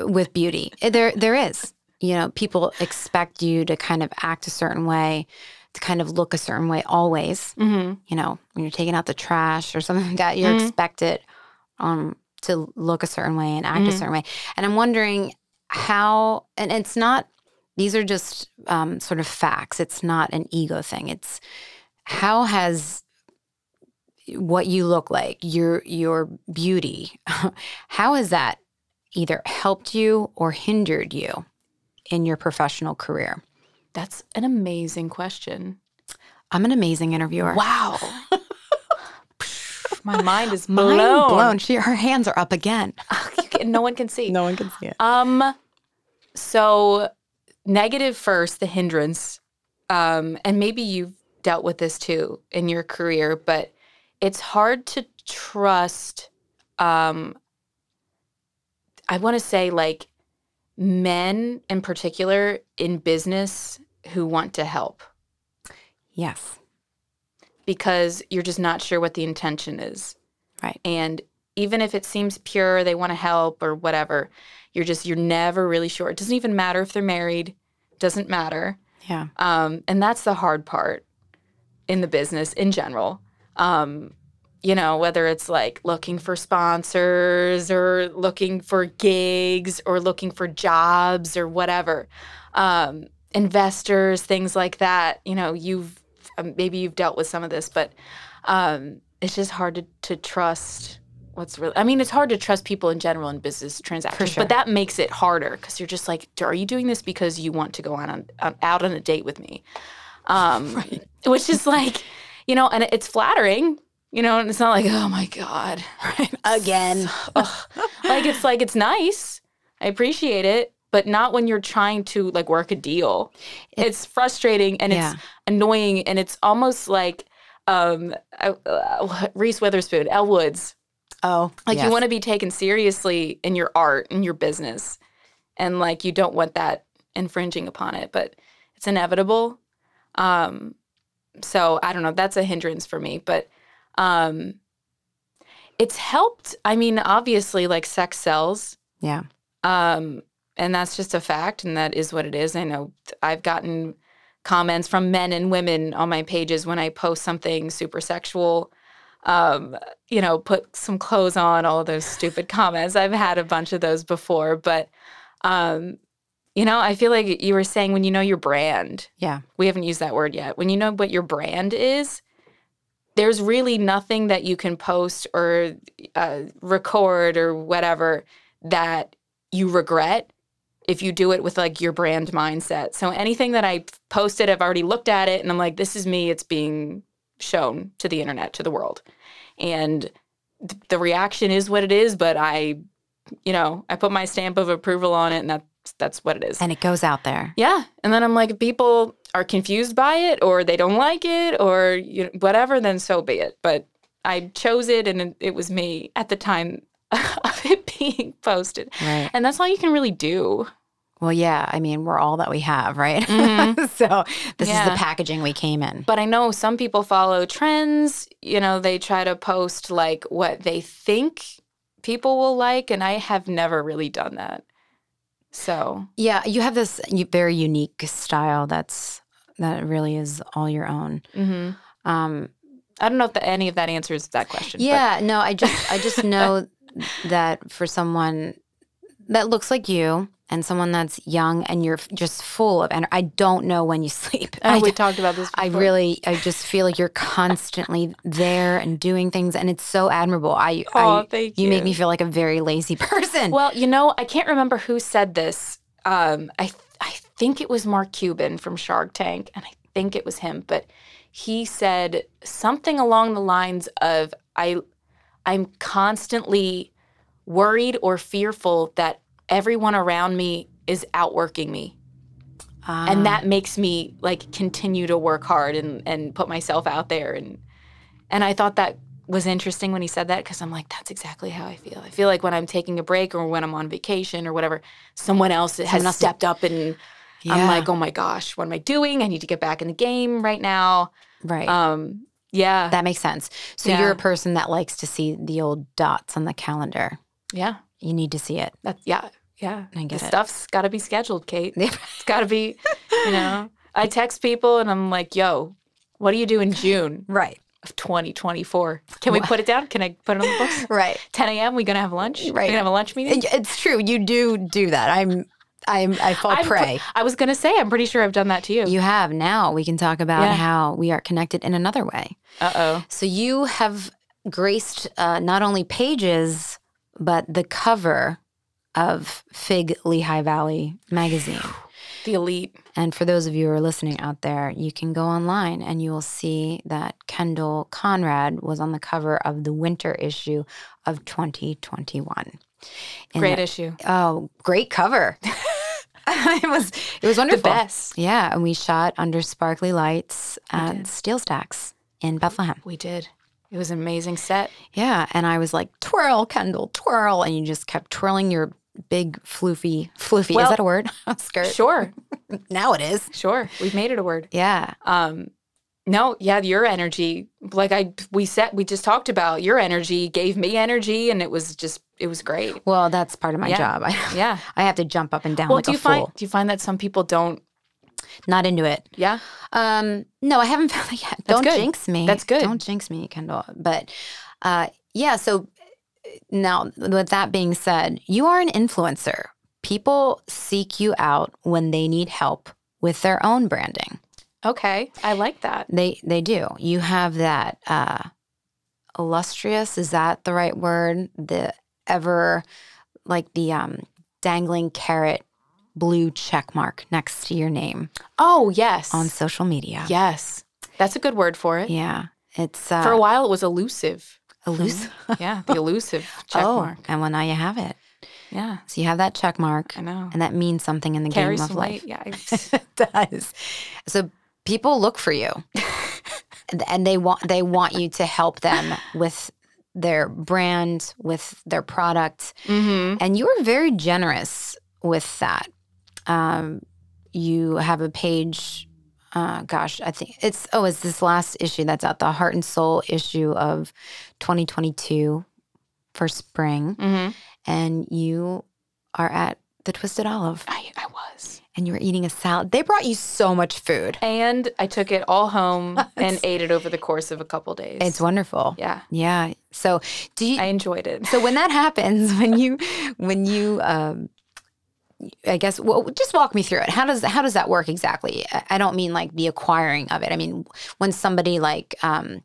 with beauty. There, there is you know, people expect you to kind of act a certain way, to kind of look a certain way always. hmm You know, when you're taking out the trash or something like that, you're Mhm. expected um, to look a certain way and act a Mhm. certain way. And I'm wondering how, and it's not, these are just um, sort of facts. It's not an ego thing. It's how has what you look like, your your beauty, how has that either helped you or hindered you in your professional career? That's an amazing question. I'm an amazing interviewer. Wow. My mind is blown. Mind blown. She, her hands are up again. You can- no one can see. one can see it. Um, so negative first, the hindrance, um, and maybe you've dealt with this too in your career, but it's hard to trust. Um, I want to say like men in particular in business who want to help Yes. because you're just not sure what the intention is. Right. And even if it seems pure, they want to help or whatever, you're just, you're never really sure. It doesn't even matter if they're married, doesn't matter. Yeah. Um, and that's the hard part in the business in general. Um, you know, whether it's like looking for sponsors or looking for gigs or looking for jobs or whatever, um, investors, things like that. You know, you've um, maybe you've dealt with some of this, but um, it's just hard to, to trust what's really. I mean, it's hard to trust people in general in business transactions, sure. but that makes it harder because you're just like, are you doing this because you want to go on, on, on out on a date with me? um, which is like, you know, and it's flattering, you know, and it's not like, oh my god, Again. Ugh. like it's like it's nice, I appreciate it, but not when you're trying to like work a deal. It's, frustrating and Yeah. it's annoying and it's almost like um, uh, uh, Reese Witherspoon, Elle Woods. Oh. Like you yes. want to be taken seriously in your art and your business, and like you don't want that infringing upon it, but it's inevitable. Um, so I don't know. That's a hindrance for me, but um, it's helped. I mean, obviously, like sex sells. Yeah. Um, and that's just a fact, and that is what it is. I know th- I've gotten comments from men and women on my pages when I post something super sexual. Um, you know, put some clothes on, all of those stupid comments. I've had a bunch of those before, but um, you know, I feel like you were saying when you know your brand, Yeah. we haven't used that word yet. When you know what your brand is, there's really nothing that you can post or uh, record or whatever that you regret if you do it with like your brand mindset. So anything that I posted, I've already looked at it and I'm like, this is me. It's being shown to the internet, to the world. And th- the reaction is what it is, but I, you know, I put my stamp of approval on it and that's, that's what it is. and it goes out there. Yeah. And then I'm like, if people are confused by it or they don't like it or you know, whatever, then so be it. But I chose it and it- it was me at the time of it being posted. Right. And that's all you can really do. Well, yeah. I mean, we're all that we have, right? Mhm. so this is Yeah. the packaging we came in. But I know some people follow trends. You know, they try to post like what they think people will like. And I have never really done that. So, Yeah, you have this u- very unique style that's that really is all your own. mhm. Um, I don't know if the, any of that answers that question. but- yeah, no, I just I just know that for someone that looks like you and someone that's young and you're f- just full of and I don't know when you sleep. Oh, I we d- talked about this. I before. really I just feel like you're constantly there and doing things and it's so admirable. I, Oh, I thank you. you make me feel like a very lazy person. Well, you know, I can't remember who said this. Um, I th- I think it was Mark Cuban from Shark Tank, and I think it was him. But he said something along the lines of, "I I'm constantly worried or fearful that everyone around me is outworking me, Um, and that makes me like continue to work hard and and put myself out there." And and I thought that was interesting when he said that because I'm like, that's exactly how I feel. I feel like when I'm taking a break or when I'm on vacation or whatever, someone else has Someone else- stepped up and yeah, I'm like, oh my gosh, what am I doing? I need to get back in the game right now. right. Um, yeah, That makes sense. So Yeah. you're a person that likes to see the old dots on the calendar. yeah, You need to see it. that, yeah, yeah. I The get it. stuff's got to be scheduled, Kate. It's got to be, you know. I text people and I'm like, yo, what do you do in June Right. of 2024? Can we put it down? Can I put it on the books? Right. 10 a.m. We gonna have lunch? We Right. gonna have a lunch meeting? It- it's true. You do do that. I'm. I'm. I fall I'm pre- prey. I was gonna say, I'm pretty sure I've done that to you. you have now. We can talk about Yeah. how we are connected in another way. uh oh. So you have graced uh, not only pages but the cover of Fig Lehigh Valley magazine. The elite. And for those of you who are listening out there, you can go online and you will see that Kendall Conrad was on the cover of the winter issue of 2021. And Great that- issue. oh, great cover. it was it was wonderful. The best. Yeah, and we shot under sparkly lights at Steel Stacks in Bethlehem. We did. It was an amazing set. Yeah, and I was like, twirl, Kendall, twirl, and you just kept twirling your big floofy, floofy. Well, is that a word? Skirt. Sure. Now it is. Sure. We've made it a word. Yeah. Um no, yeah, your energy. Like I we said we just talked about your energy gave me energy and it was just it was great. Well, that's part of my Yeah. job. I, Yeah. I have to jump up and down well, like do a you find fool. do you find that some people don't Not into it. yeah? Um, no, I haven't found it yet. That's Don't good. jinx me. That's good. Don't jinx me, Kendall. But uh, yeah, so uh, now with that being said, you are an influencer. People seek you out when they need help with their own branding. Okay. I like that. They they do. You have that uh, illustrious. Is that the right word? The ever like the um, dangling carrot blue check mark next to your name Oh, yes. on social media. yes. That's a good word for it. Yeah. It's uh, For a while it was elusive. elusive. Yeah, the elusive check oh, mark. and well, now you have it. Yeah, So you have that check mark, I know. and that means something in the Carries game of some life. weight. Yeah, I- it does. So people look for you, And- and they want they want you to help them with their brand, with their product, Mhm. and you are very generous with that. Um, you have a page. Uh, gosh, I think it's oh, it's this last issue that's out, the heart and soul issue of 2022 for spring Mhm. and you are at the Twisted Olive I, I was. and you were eating a salad. They brought you so much food. And I took it all home and ate it over the course of a couple days. It's wonderful. yeah, Yeah. So do you? I enjoyed it. so when that happens, when you, when you, um, I guess. Well, just walk me through it. How does how does that work exactly? I- I don't mean like the acquiring of it. I mean when somebody like um,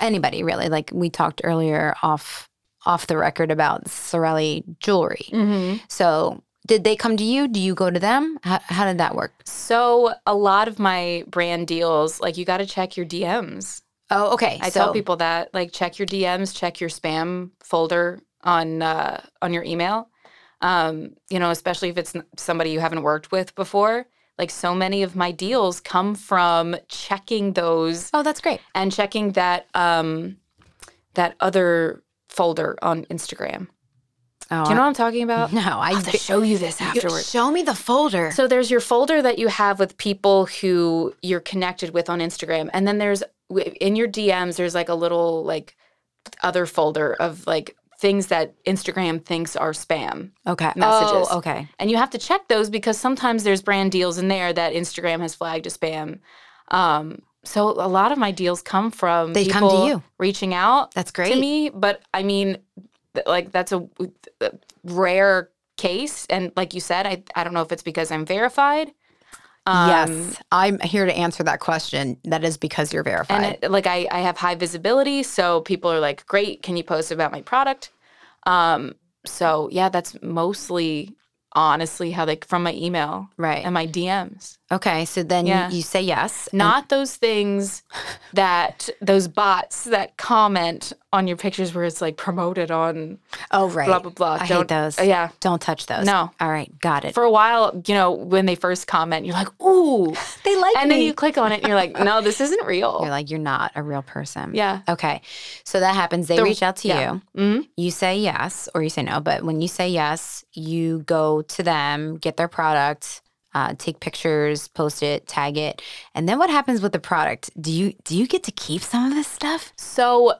anybody really. Like we talked earlier off off the record about Sorelli jewelry. Mm-hmm. So did they come to you? Do you go to them? How, how did that work? So a lot of my brand deals, like you got to check your DMs. Oh, okay. I so, tell people that, like, check your DMs, check your spam folder on uh, on your email. Um, you know, especially if it's n- somebody you haven't worked with before. Like, so many of my deals come from checking those Oh, that's great. and checking that um, that other folder on Instagram. Oh, Do you know what I'm talking about? no, I I'll have to show you this oh, You- afterwards. Show me the folder. So there's your folder that you have with people who you're connected with on Instagram, and then there's w- in your DMs. There's like a little like other folder of like things that Instagram thinks are spam, okay. messages. Oh, okay. and you have to check those because sometimes there's brand deals in there that Instagram has flagged as spam. Um, so a lot of my deals come from They come to people you. reaching out That's great. to me, but I mean, th- like that's a, a rare case, and like you said, I I don't know if it's because I'm verified. Um, yes. Um, I'm here to answer that question. That is because you're verified. and it, like I I have high visibility, so people are like, "Great, can you post about my product?" Um, so yeah, that's mostly honestly how they from my email right. and my DMs, okay. So then um, Yeah. you, you say yes. and- not those things that those bots that comment on your pictures where it's like promoted on oh, right. blah blah blah. I hate Don't- those. Yeah, Don't touch those. No. All right. Got it. for a while, you know, when they first comment, you're like, ooh. they like And then you click on it and you're like, no, this isn't real. are like, you're not a real person. yeah. Okay. So that happens. They The- reach out to yeah. you. hmm You say yes or you say no. But when you say yes, you go to them, get their product. Uh, take pictures, post it, tag it, and then what happens with the product? Do you do you get to keep some of this stuff? So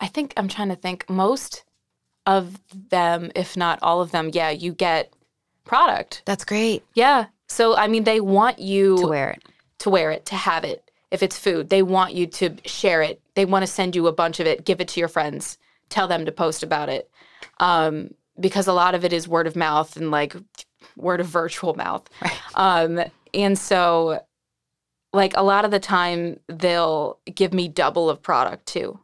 I think I'm trying to think most of them, if not all of them, yeah, you get product. That's great Yeah. So, I mean, they want you to wear it. to wear it, to have it. If it's food, they want you to share it. They want to send you a bunch of it, give it to your friends, tell them to post about it. Um, because a lot of it is word of mouth and like word of virtual mouth. Right. Um, and so, like, a lot of the time, they'll give me double of product too.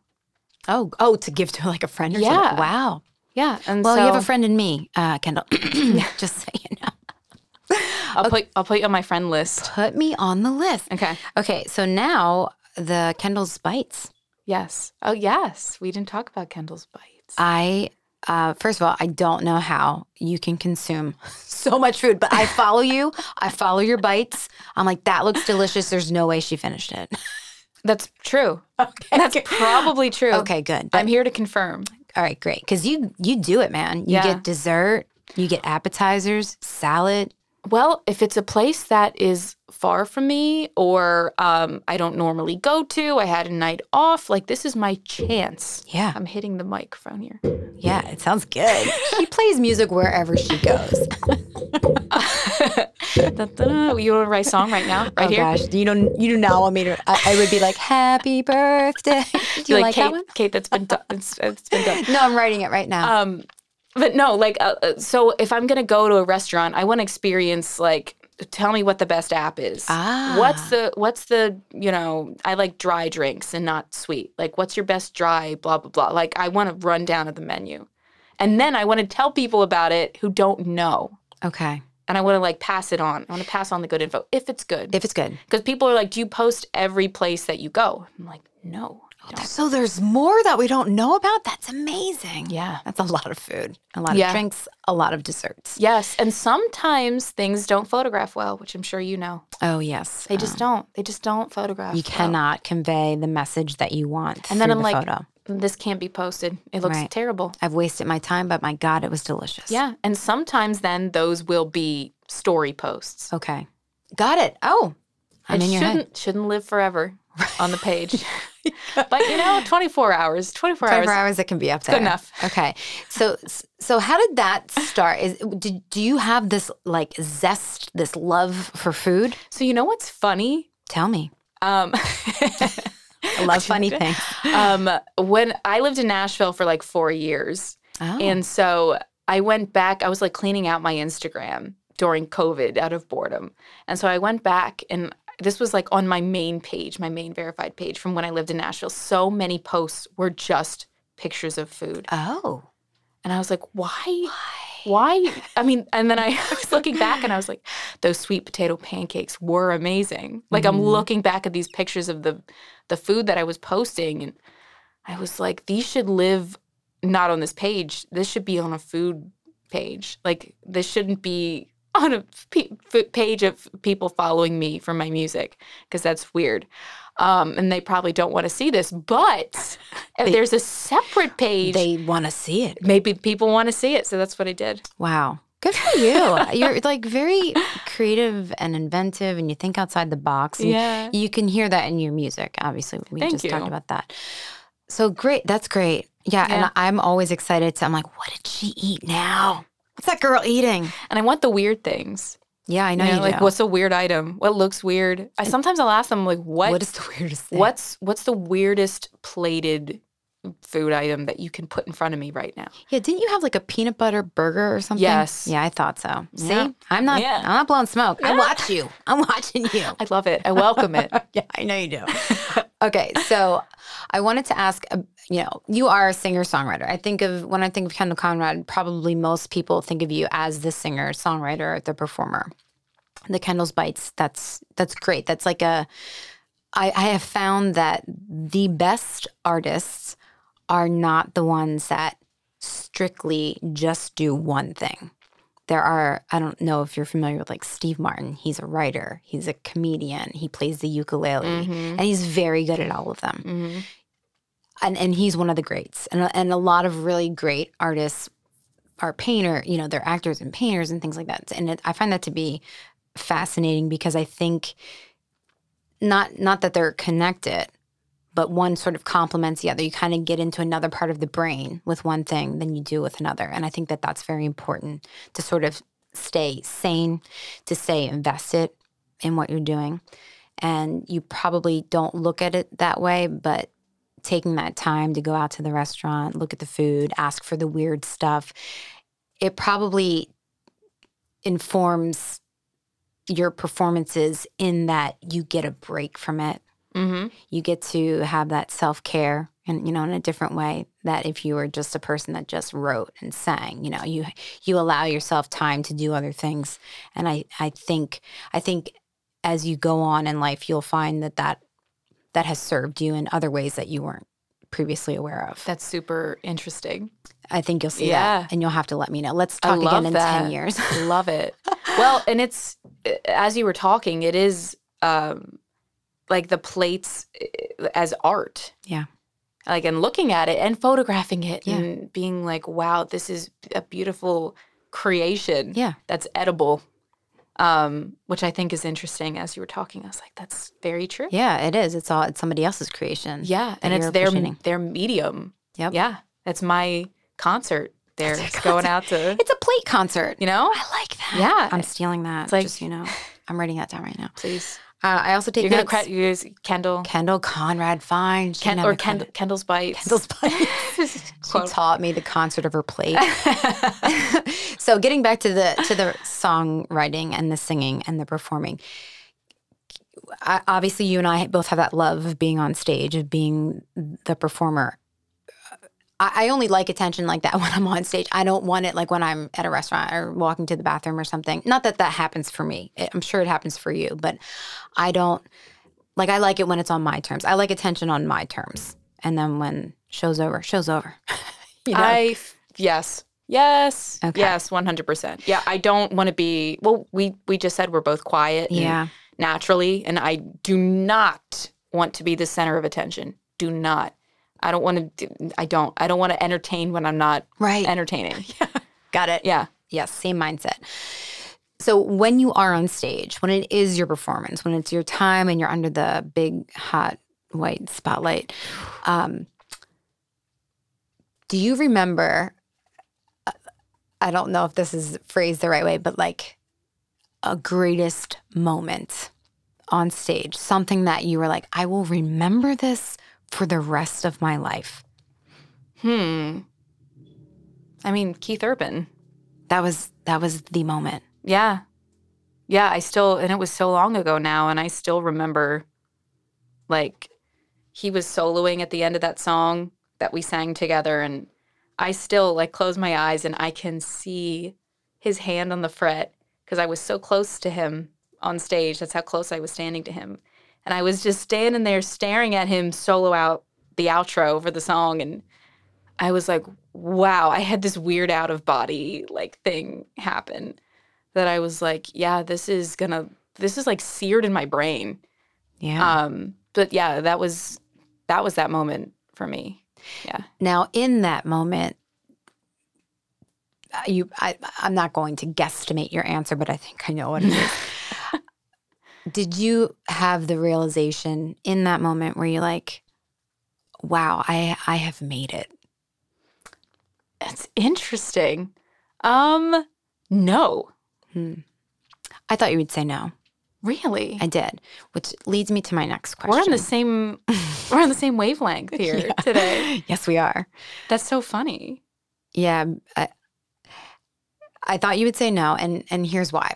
Oh, oh, to give to like a friend or Yeah. something. Wow. Yeah. And Well, so you have a friend in me, uh, Kendall. Just so you know. I'll, put, I'll put you on my friend list. Put me on the list. Okay. Okay, so now the Kendall's bites. Yes. Oh, yes. We didn't talk about Kendall's bites. I uh, first of all, I don't know how you can consume so much food, but I follow you. I follow your bites. I'm like, that looks delicious. There's no way she finished it. That's true. Okay. That's probably true. Okay, good. I'm here to confirm. all right, great. Because you you do it, man. You Yeah. get dessert. You get appetizers, salad. Well, if it's a place that is far from me or um, I don't normally go to, I had a night off, like this is my chance. Yeah, I'm hitting the microphone here. yeah. It sounds good. she plays music wherever she goes. Da-da-da. You want to write a song right now? Right oh here? gosh, you don't you do not want me to. I, I would be like, Happy birthday. do you like, Kate, that one? Kate, that's been done. It's, it's been done. No, I'm writing it right now. Um, but no, like, uh, uh, so if I'm gonna go to a restaurant, I want to experience like, tell me what the best app is. ah, Uh, What's the what's the you know I like dry drinks and not sweet. Like what's your best dry blah blah blah. Like I want to run down of the menu, and then I want to tell people about it who don't know, Ah, okay? and I want to like pass it on. I want to pass on the good info if it's good. If it's good. Because people are like, do you post every place that you go? I'm like, no, I don't. So there's more that we don't know about. That's amazing. Yeah. That's a lot of food, a lot Yeah. of drinks, a lot of desserts. Yes, and sometimes things don't photograph well, which I'm sure you know. Oh yes, They just Um, don't. They just don't photograph. You well. cannot convey the message that you want. And then through I'm the like- photo. This can't be posted. It looks Right. terrible. I've wasted my time, but my God, it was delicious. Yeah. And sometimes then those will be story posts. Okay. Got it. Oh, I'm it Oh, in your shouldn't head. shouldn't live forever on the page. but you know, 24 hours, 24 24, hours. hours it can be up Good there. enough. Okay. So so how did that start? Is did, do you have this like zest, this love for food? So you know what's funny? Tell me. Um I love funny things. um when I lived in Nashville for like 4 years Oh. and so I went back I was like cleaning out my Instagram during COVID out of boredom. And so I went back and this was like on my main page, my main verified page from when I lived in Nashville. So many posts were just pictures of food. Oh. And I was like, why? Why? I mean, and then I was looking back and I was like, those sweet potato pancakes were amazing. Like I'm Mm-hmm. Mhm. looking back at these pictures of the the food that I was posting and I was like, these should live not on this page. This should be on a food page. Like this shouldn't be on a pe- f- page of people following me for my music because that's weird. Um, and they probably don't want to see this, but if They- there's a separate page They want to see it. maybe people want to see it. So that's what I did. Wow. Good for you. You're like very creative and inventive and you think outside the box. And Yeah. You can hear that in your music, obviously. We Thank just you. talked about that. So great. That's great. Yeah, Yeah. And I'm always excited to, I'm like, what did she eat now? What's that girl eating? And I want the weird things. Yeah, I know you you, know, like do. what's a weird item? What looks weird? I sometimes I'll ask them like what, what is the weirdest thing? what's what's the weirdest plated food item that you can put in front of me right now? Yeah, didn't you have like a peanut butter burger or something? Yes. Yeah, I thought so. See, Yeah. I'm not. Yeah. I'm not blowing smoke. I Yeah. watch you. I'm watching you. I love it. I welcome it. yeah, I know you do. okay, so I wanted to ask. uh, You know, you are a singer songwriter. I think of when I think of Kendall Conrad, probably most people think of you as the singer songwriter, the performer. The Kendall's Bites. That's that's great. That's like a. I, I have found that the best artists are not the ones that strictly just do one thing. There are, I don't know if you're familiar with like Steve Martin. He's a writer, he's a comedian, he plays the ukulele, Mhm. and he's very good at all of them Mhm. and and he's one of the greats and and a lot of really great artists are painter you know they're actors and painters and things like that and it, i find that to be fascinating because i think not not that they're connected but one sort of complements the other you kind of get into another part of the brain with one thing than you do with another and i think that that's very important to sort of stay sane to stay invested in what you're doing and you probably don't look at it that way but taking that time to go out to the restaurant, look at the food, ask for the weird stuff, it probably informs your performances in that you get a break from it. Mhm. You get to have that self care and you know in a different way that if you were just a person that just wrote and sang, you know, you you allow yourself time to do other things. And I I think I think as you go on in life, you'll find that that that has served you in other ways that you weren't previously aware of. That's super interesting. I think you'll see Yeah. that, and you'll have to let me know. Let's I talk love again in ten that. years. Love it. Well, and it's as you were talking, it is um, like the plates eh, as art. Yeah. Like and looking at it and photographing it Yeah. and being like, wow, this is a beautiful creation. Yeah. That's edible. Um, which I think is interesting. As you were talking, I was like, that's very true. yeah, it is. It's all it's somebody else's creation. Yeah, and that it's you're their appreciating. their medium. Yep. Yeah, that's my concert. There, That's your it's going out to It's a plate concert. you know. I like that. Yeah, I'm stealing that. It's like- just so you know, I'm writing that down right now. please. Uh, I also take You're gonna notes. credit you guys, Kendall, Kendall Conrad Fine she Ken- never or Kendall, credit- Kendall's bites. Kendall's plate. she Quote. taught me the concert of her plate. so getting back to the to the songwriting and the singing and the performing I, obviously you and i both have that love of being on stage of being the performer I, I only like attention like that when i'm on stage i don't want it like when i'm at a restaurant or walking to the bathroom or something not that that happens for me I- i'm sure it happens for you but i don't like i like it when it's on my terms i like attention on my terms and then when show's over show's over you know? I f- yes. Yes. Okay. Yes, 100%. Yeah, I don't want to be well we we just said we're both quiet and yeah naturally and I do not want to be the center of attention. Do not. I don't want to I don't I don't want to entertain when I'm not right entertaining. got it Yeah. Yes, same mindset. So when you are on stage, when it is your performance, when it's your time and you're under the big hot white spotlight, um, do you remember? I don't know if this is phrased the right way, but like a greatest moment on stage, something that you were like, I will remember this for the rest of my life. Hmm. I mean, Keith Urban. That was that was the moment. Yeah. yeah, I still, and it was so long ago now, and I still remember like he was soloing at the end of that song that we sang together. And I still like close my eyes and I can see his hand on the fret because I was so close to him on stage. That's how close I was standing to him. And I was just standing there staring at him solo out the outro for the song. And I was like, wow, I had this weird out of body like thing happen that I was like, yeah, this is gonna, this is like seared in my brain. Yeah. Um, but yeah, that was, that was that moment for me. now, in that moment, uh, you, I, I'm not going to guesstimate your answer, but I think I know what it is. Did you have the realization in that moment where you're like, "Wow, I I have made it"? That's interesting. Um, no, Hmm. I thought you would say no. really. I did, which leads me to my next question. we're on the same, we're on the same wavelength here Yeah. today. yes, we are. That's so funny. Yeah, I, I thought you would say no, and and here's why.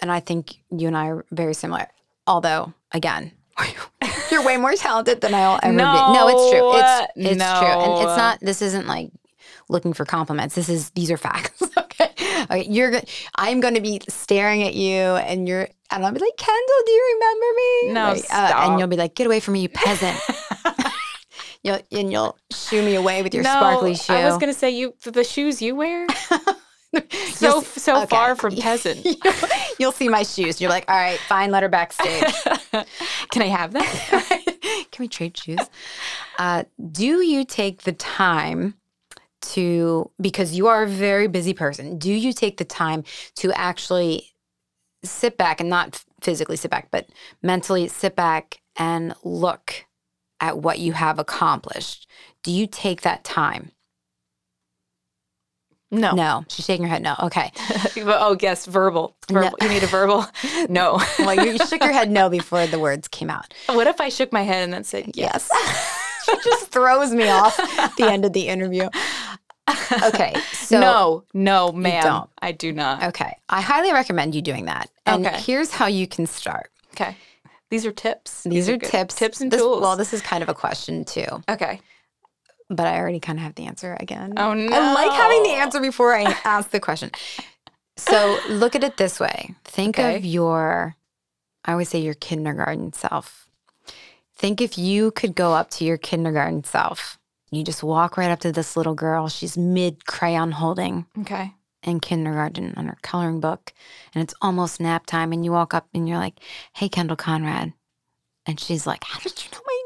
And I think you and I are very similar. Although, again, you're way more talented than I'll ever be. No, it's true. It's No, uh, it's true, and no. it's not. This isn't like looking for compliments. This is these are facts. okay, okay. You're. go- I'm going to be staring at you, and you're. And I'll be like, Kendall, do you remember me? No, Like, uh, stop. and you'll be like, get away from me, you peasant. you'll, and you'll shoo me away with your No, sparkly shoe. I was gonna say you the shoes you wear so You'll f- so okay. far from peasant. you'll, you'll see my shoes. You're like, all right, fine, let her backstage. Can I have that? Can we trade shoes? Uh, do you take the time to, because you are a very busy person, do you take the time to actually sit back and not physically sit back, but mentally sit back and look at what you have accomplished? Do you take that time? no. No. She's shaking her head. No. Okay. Oh yes, verbal. No. verbal. You need a verbal. No. Well, you shook your head no before the words came out. what if I shook my head and then said yes? Yes. she just throws me off at the end of the interview. Okay. So no, no, ma'am. don't. I do not. Okay. I highly recommend you doing that. And Okay. here's how you can start. Okay. These are tips. These, are, good tips. Tips and This- tools. Well, this is kind of a question too, okay. but I already kind of have the answer again. Oh no. I like having Oh, the answer before I ask the question. So look at it this way. Think of Okay. your, I always say your kindergarten self. Think if you could go up to your kindergarten self. You just walk right up to this little girl. She's mid crayon holding Okay. in kindergarten on her coloring book, and it's almost nap time. And you walk up and you're like, "Hey, Kendall Conrad," and she's like, "How did you know my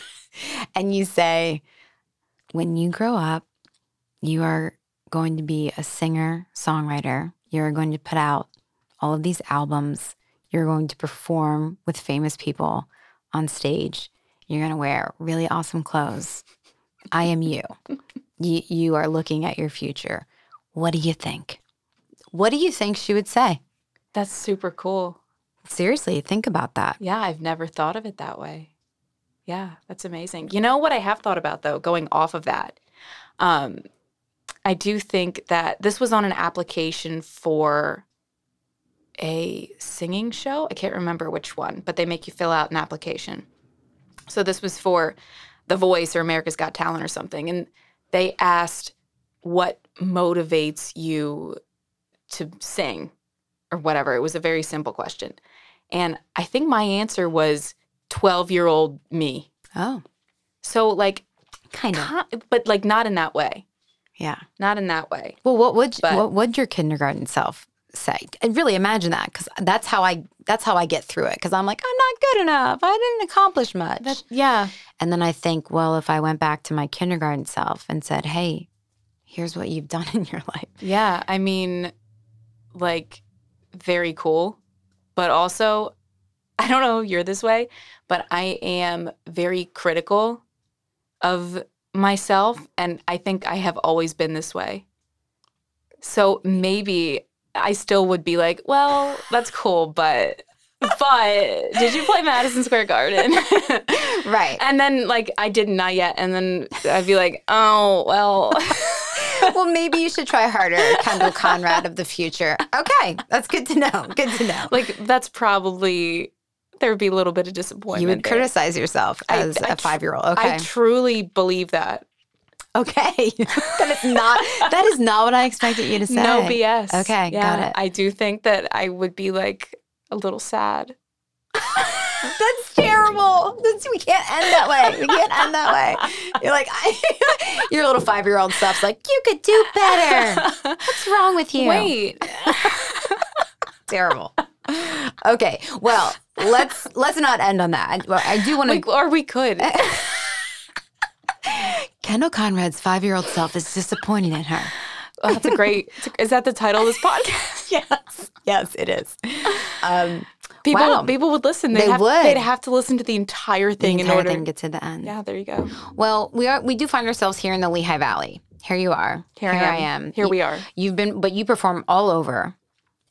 name?" and you say, "When you grow up, you are going to be a singer songwriter. You are going to put out all of these albums. You're going to perform with famous people on stage. You're going to wear really awesome clothes. I am you. you. You are looking at your future. What do you think? What do you think she would say? That's super cool. Seriously, think about that. Yeah, I've never thought of it that way. Yeah, that's amazing. You know what I have thought about though, going off of that? Um, I do think that this was on an application for a singing show. I can't remember which one, but they make you fill out an application. So this was for The Voice or America's Got Talent or something. And they asked what motivates you to sing or whatever. It was a very simple question. And I think my answer was 12 year old me. Oh, So, like, kind of. ki- but like not in that way. Yeah. Not in that way. Well, what would But- what would your kindergarten self say? And really imagine that because that's how I that's how I get through it because I'm like I'm not good enough. I didn't accomplish much. yeah. and then I think, well, if I went back to my kindergarten self and said, "Hey, here's what you've done in your life," Yeah. I mean, like, very cool. But also, I don't know if you're this way, but I am very critical of myself. And I think I have always been this way. So maybe I still would be like, well, that's cool, but. But did you play Madison Square Garden? right? and then like I did not yet, and then I'd be like, oh well. well, maybe you should try harder, Kendall Conrad of the future. Okay, that's good to know. Good to know. Like that's probably there would be a little bit of disappointment. you would there. criticize yourself I- as I a tr- five year old. Okay. I truly believe that. okay. that is not that is not what I expected you to say. No BS. Okay, got Yeah, it. I do think that I would be like a little sad. That's terrible. That's, we can't end that way. We can't end that way. You're like, I, your little five year old stuff's like, you could do better. What's wrong with you? Wait. Terrible. Okay. Well, let's let's not end on that. I, well, I do want to. Like, or we could. Oh, Kendall Conrad's five year old self is disappointed in her. Oh, that's a great. Is that the title of this podcast? Yes. Yes, it is. Um, People, Wow. people would listen. They'd They have, would. They'd have to listen to the entire the thing entire in order. thing gets to the end. yeah, there you go. Well, we are we do find ourselves here in the Lehigh Valley. Here you are. Here, I, am. Here we are. You've been, but you perform all over,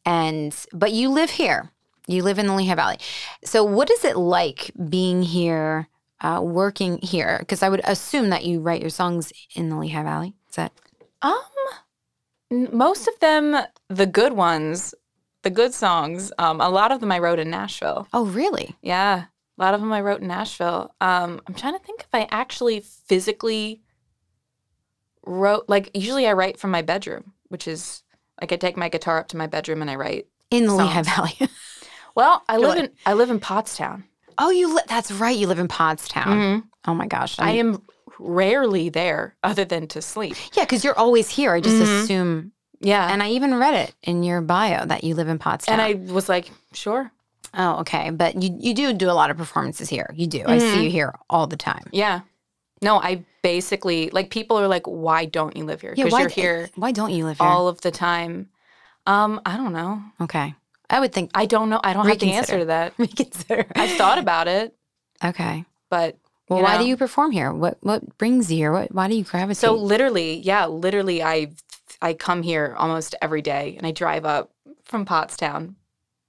and but you live here. You live in the Lehigh Valley. So, what is it like being here, uh, working here? Because I would assume that you write your songs in the Lehigh Valley. Is that Um, n- most of them, the good ones, the good songs. Um, a lot of them I wrote in Nashville. oh, really? Yeah, a lot of them I wrote in Nashville. Um, I'm trying to think if I actually physically wrote. Like usually, I write from my bedroom, which is like I take my guitar up to my bedroom and I write. In the Songs. Lehigh Valley? Well, I You're live like- in I live in Pottstown. oh, you. Li- that's right. You live in Pottstown. Mhm. Oh my gosh. I am rarely there other than to sleep. Yeah, because you're always here. I just Mhm. assume, Yeah. And, and I even read it in your bio that you live in Pottstown. I was like, sure. oh, okay. But you you do do a lot of performances here. You do. I Mhm. see you here all the time. Yeah. No, I basically, like, people are like, why don't you live here? Because why you're d- here Why don't you live here? all of the time. Um, I don't know. okay. I would think I don't know. I don't have the answer to that. reconsider. I've thought about it, Okay. but Well, You why know? do you perform here? What what brings you here? What why do you gravitate? so literally, yeah, literally, I I come here almost every day, and I drive up from Pottstown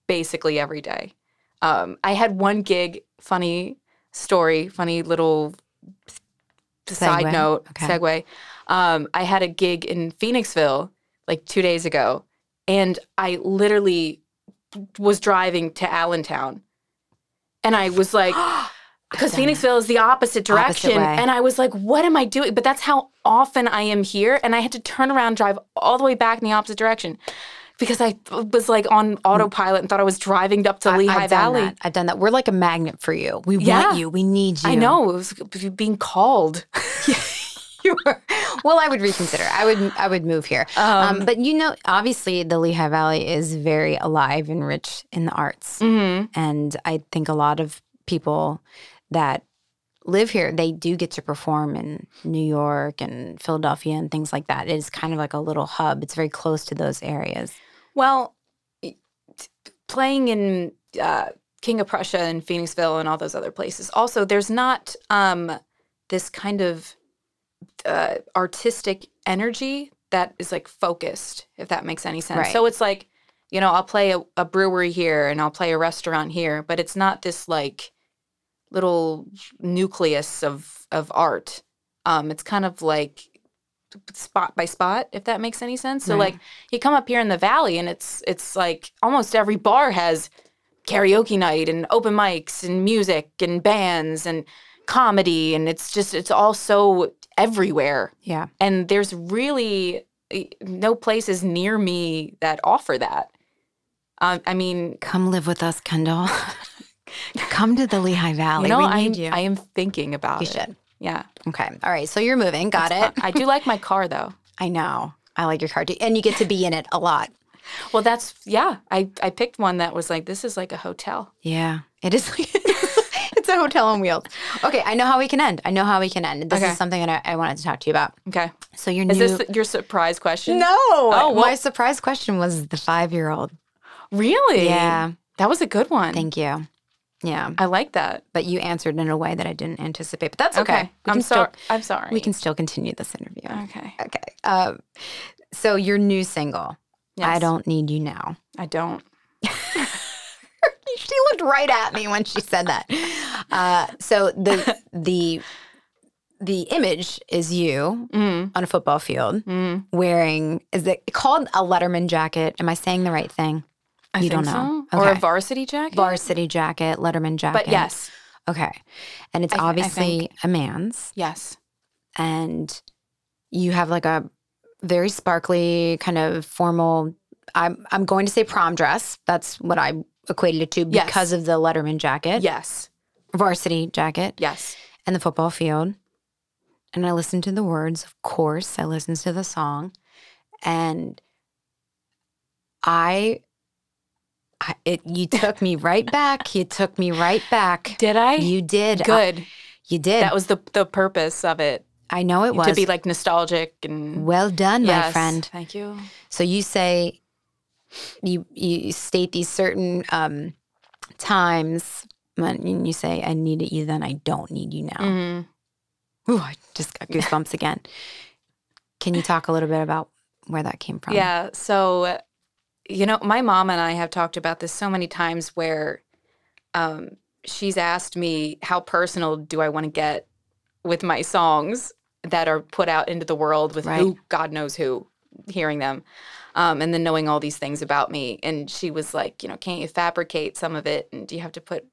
basically every day. Um, I had one gig. Funny story. Funny little side Segue. note. Okay. Segue. Um, I had a gig in Phoenixville like two days ago, and I literally was driving to Allentown, and I was like. because I've done Phoenixville is the opposite Opposite direction. way. and I was like, what am I doing? But that's how often I am here. And I had to turn around, drive all the way back in the opposite direction because I was like on autopilot and thought I was driving up to I- Lehigh I've done Valley. that. I've done that. We're like a magnet for you. We Yeah. want you. We need you. I know it was being called. you were. Well, I would reconsider. I would I would move here. Um, but you know, obviously the Lehigh Valley is very alive and rich in the arts. mhm. and i think a lot of people that live here they do get to perform in new york and philadelphia and things like that it's kind of like a little hub it's very close to those areas Well, it- playing in uh, King of Prussia and Phoenixville and all those other places. Also, there's not um, this kind of uh, artistic energy that is like focused, if that makes any sense. Right. So it's like, you know, I'll play a, a brewery here and I'll play a restaurant here, but it's not this like little nucleus of of art. Um, it's kind of like spot by spot, if that makes any sense. So Right. like you come up here in the valley and it's it's like almost every bar has karaoke night and open mics and music and bands and comedy and it's just it's all so everywhere yeah and there's really eh, no places near me that offer that um, i mean come live with us kendall come to the lehigh valley you know we I, need you I am thinking about you it should yeah okay all right so you're moving got It's it fun. i do like my car though i know i like your car too and you get to be in it a lot well that's yeah i i picked one that was like this is like a hotel Yeah, it is. it's a hotel on wheels. Okay, I know how we can end. I know how we can end. This Okay. is something that I, I wanted to talk to you about. okay So your is new this your surprise question no. Oh, well- my surprise question was the five-year-old. really Yeah, that was a good one thank you. Yeah, i like that but you answered in a way that I didn't anticipate. But that's okay. okay, We i'm can still- sorry i'm sorry We can still continue this interview. okay Okay. Um, so your new single, "I Yes. Don't Need You Now." i don't she looked right at me when she said that. Uh, so the the the image is you Mm, on a football field mm. wearing is it called a Letterman jacket? Am I saying the right thing? I You don't think know. so. Or a Okay. varsity jacket. Varsity jacket, Letterman jacket. But yes, Okay. And it's I th- I obviously think- a man's yes. and you have like a very sparkly kind of formal I'm I'm going to say prom dress. That's what I equated it to Yes. because of the Letterman jacket. Yes. Varsity jacket. Yes. and the football field. And I listened to the words, of course. I listened to the song. And I, I it you took me right back. You took me right back. Did I? You did. I- Good. you did. That was the the purpose of it. I know it was. To be like nostalgic and well done, my Yes. friend. Thank you. So you say you you state these certain um times when you say, I needed you then, I don't need you now. Mhm. Ooh, I just got goosebumps again. Can you talk a little bit about where that came from? Yeah. So, you know, my mom and I have talked about this so many times where um, she's asked me, how personal do I want to get with my songs that are put out into the world with who, God knows who, hearing them? Um, and then knowing all these things about me. And she was like, you know, can't you fabricate some of it? And do you have to put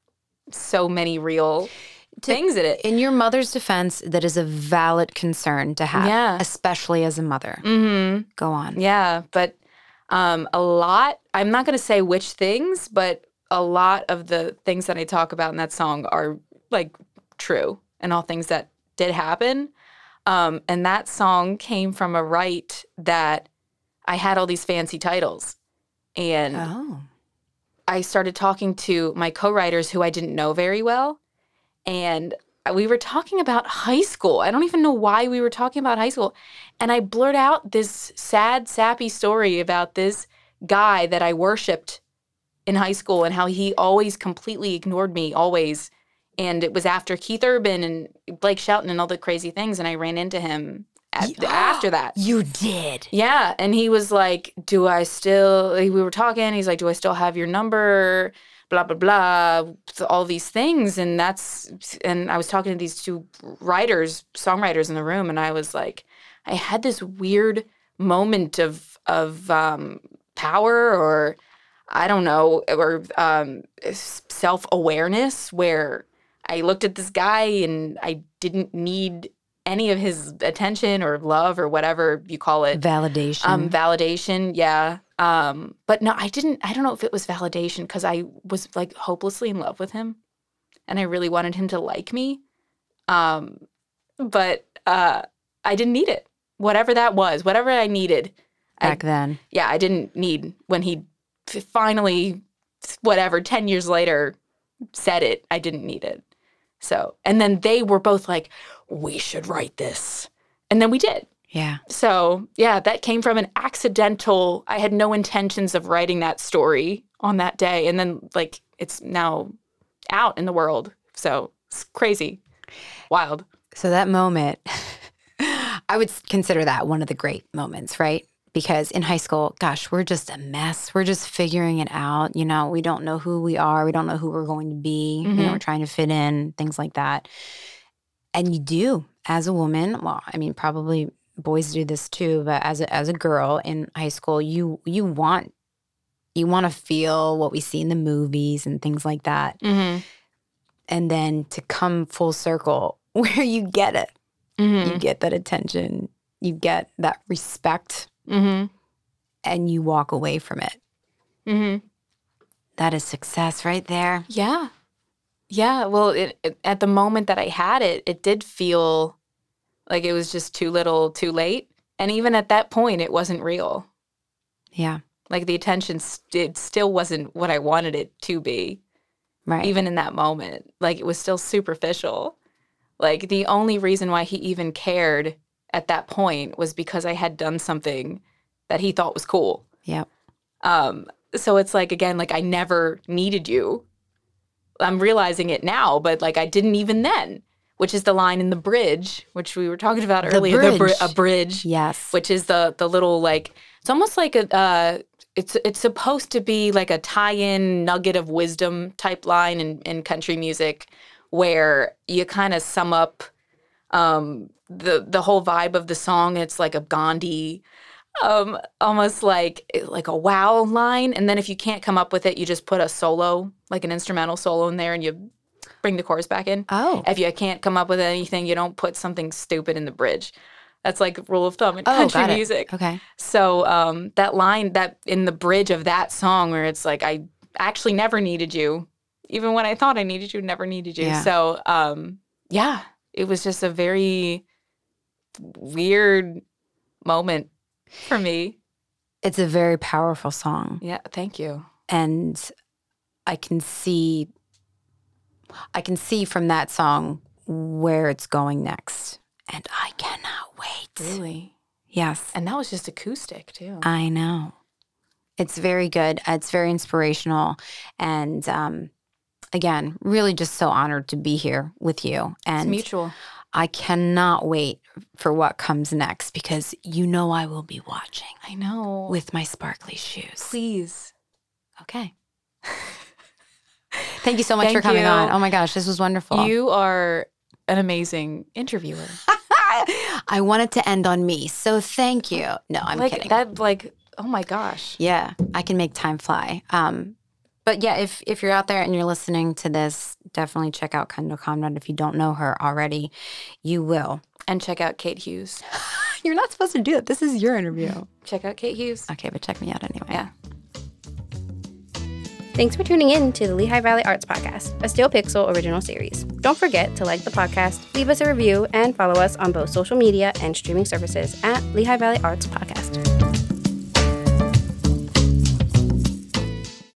so many real To- things in it? In your mother's defense, that is a valid concern to have, Yeah. especially as a mother. Mm hmm. Go on. Yeah, but um, a lot. I'm not going to say which things, but a lot of the things that I talk about in that song are like true and all things that did happen. Um, and that song came from a write that I had all these fancy titles, and Oh. I started talking to my co-writers who I didn't know very well, and we were talking about high school. I don't even know why we were talking about high school, and I blurt out this sad, sappy story about this guy that I worshipped in high school and how he always completely ignored me, always. And it was after Keith Urban and Blake Shelton and all the crazy things, and I ran into him at, Yeah. after that. You did. Yeah. And he was like, Do I still, we were talking. He's like, Do I still have your number? Blah, blah, blah. All these things. And that's, and I was talking to these two writers, songwriters in the room. And I was like, I had this weird moment of, of, um, power or I don't know, or, um, self awareness where I looked at this guy and I didn't need any of his attention or love or whatever you call it Validation. um validation yeah um but no i didn't i don't know if it was validation because i was like hopelessly in love with him and i really wanted him to like me um but uh i didn't need it whatever that was whatever i needed I- back then. yeah i didn't need when he f- finally whatever 10 years later said it i didn't need it so and then they were both like we should write this and then we did Yeah. so, yeah, that came from an accidental. I had no intentions of writing that story on that day. And then, like, it's now out in the world. So, it's crazy, wild. So that moment, I would consider that one of the great moments, right? Because in high school, gosh, we're just a mess. We're just figuring it out. You know, we don't know who we are. We don't know who we're going to be. You know, Mhm. we're trying to fit in, things like that. And you do as a woman. Well, I mean, probably boys do this too, but as a, as a girl in high school, you you want you want to feel what we see in the movies and things like that Mm-hmm. and then to come full circle where you get it Mm-hmm. you get that attention you get that respect Mm-hmm. and you walk away from it Mm-hmm. that is success right there Yeah. Yeah. Well, it, it, at the moment that I had it, it did feel like it was just too little, too late. And even at that point, it wasn't real. yeah Like, the attention st- it still wasn't what I wanted it to be. right even in that moment. Like it was still superficial. Like the only reason why he even cared at that point was because I had done something that he thought was cool. Yep. Um, so it's like again, like I never needed you. I'm realizing it now, but like I didn't even then, which is the line in the bridge, which we were talking about The earlier. bridge. The br- a bridge yes which is the the little like it's almost like a uh, it's it's supposed to be like a tie-in nugget of wisdom type line in, in country music where you kind of sum up Um, the the whole vibe of the song, it's like a Gandhi, um, almost like like a wow line. And then if you can't come up with it, you just put a solo, like an instrumental solo in there, and you bring the chorus back in. Oh. If you can't come up with anything, you don't put something stupid in the bridge. That's like rule of thumb in Oh, country got it. music. Okay. So um, that line that in the bridge of that song where it's like I actually never needed you, even when I thought I needed you, never needed you. Yeah. So um, yeah, it was just a very weird moment for me. It's a very powerful song. Yeah, thank you. And I can see I can see from that song where it's going next. And I cannot wait. Really, Yes. and that was just acoustic too. I know. It's very good. It's very inspirational. And um, again, really just so honored to be here with you. it's And mutual. I cannot wait for what comes next because you know I will be watching I know. with my sparkly shoes. please, Okay. Thank you so much for Thank coming you. on. Oh my gosh, this was wonderful. you are an amazing interviewer. I wanted to end on me. So thank you. No, I'm like kidding. that. Like oh my gosh. Yeah, I can make time fly. Um, but yeah, if if you're out there and you're listening to this, definitely check out Kendall Conrad. If you don't know her already, you will. And check out Kate Hughes. You're not supposed to do that. This is your interview. Check out Kate Hughes. Okay, but check me out anyway. Yeah. Thanks for tuning in to the Lehigh Valley Arts Podcast, a Steel Pixel original series. Don't forget to like the podcast, leave us a review, and follow us on both social media and streaming services at Lehigh Valley Arts Podcast.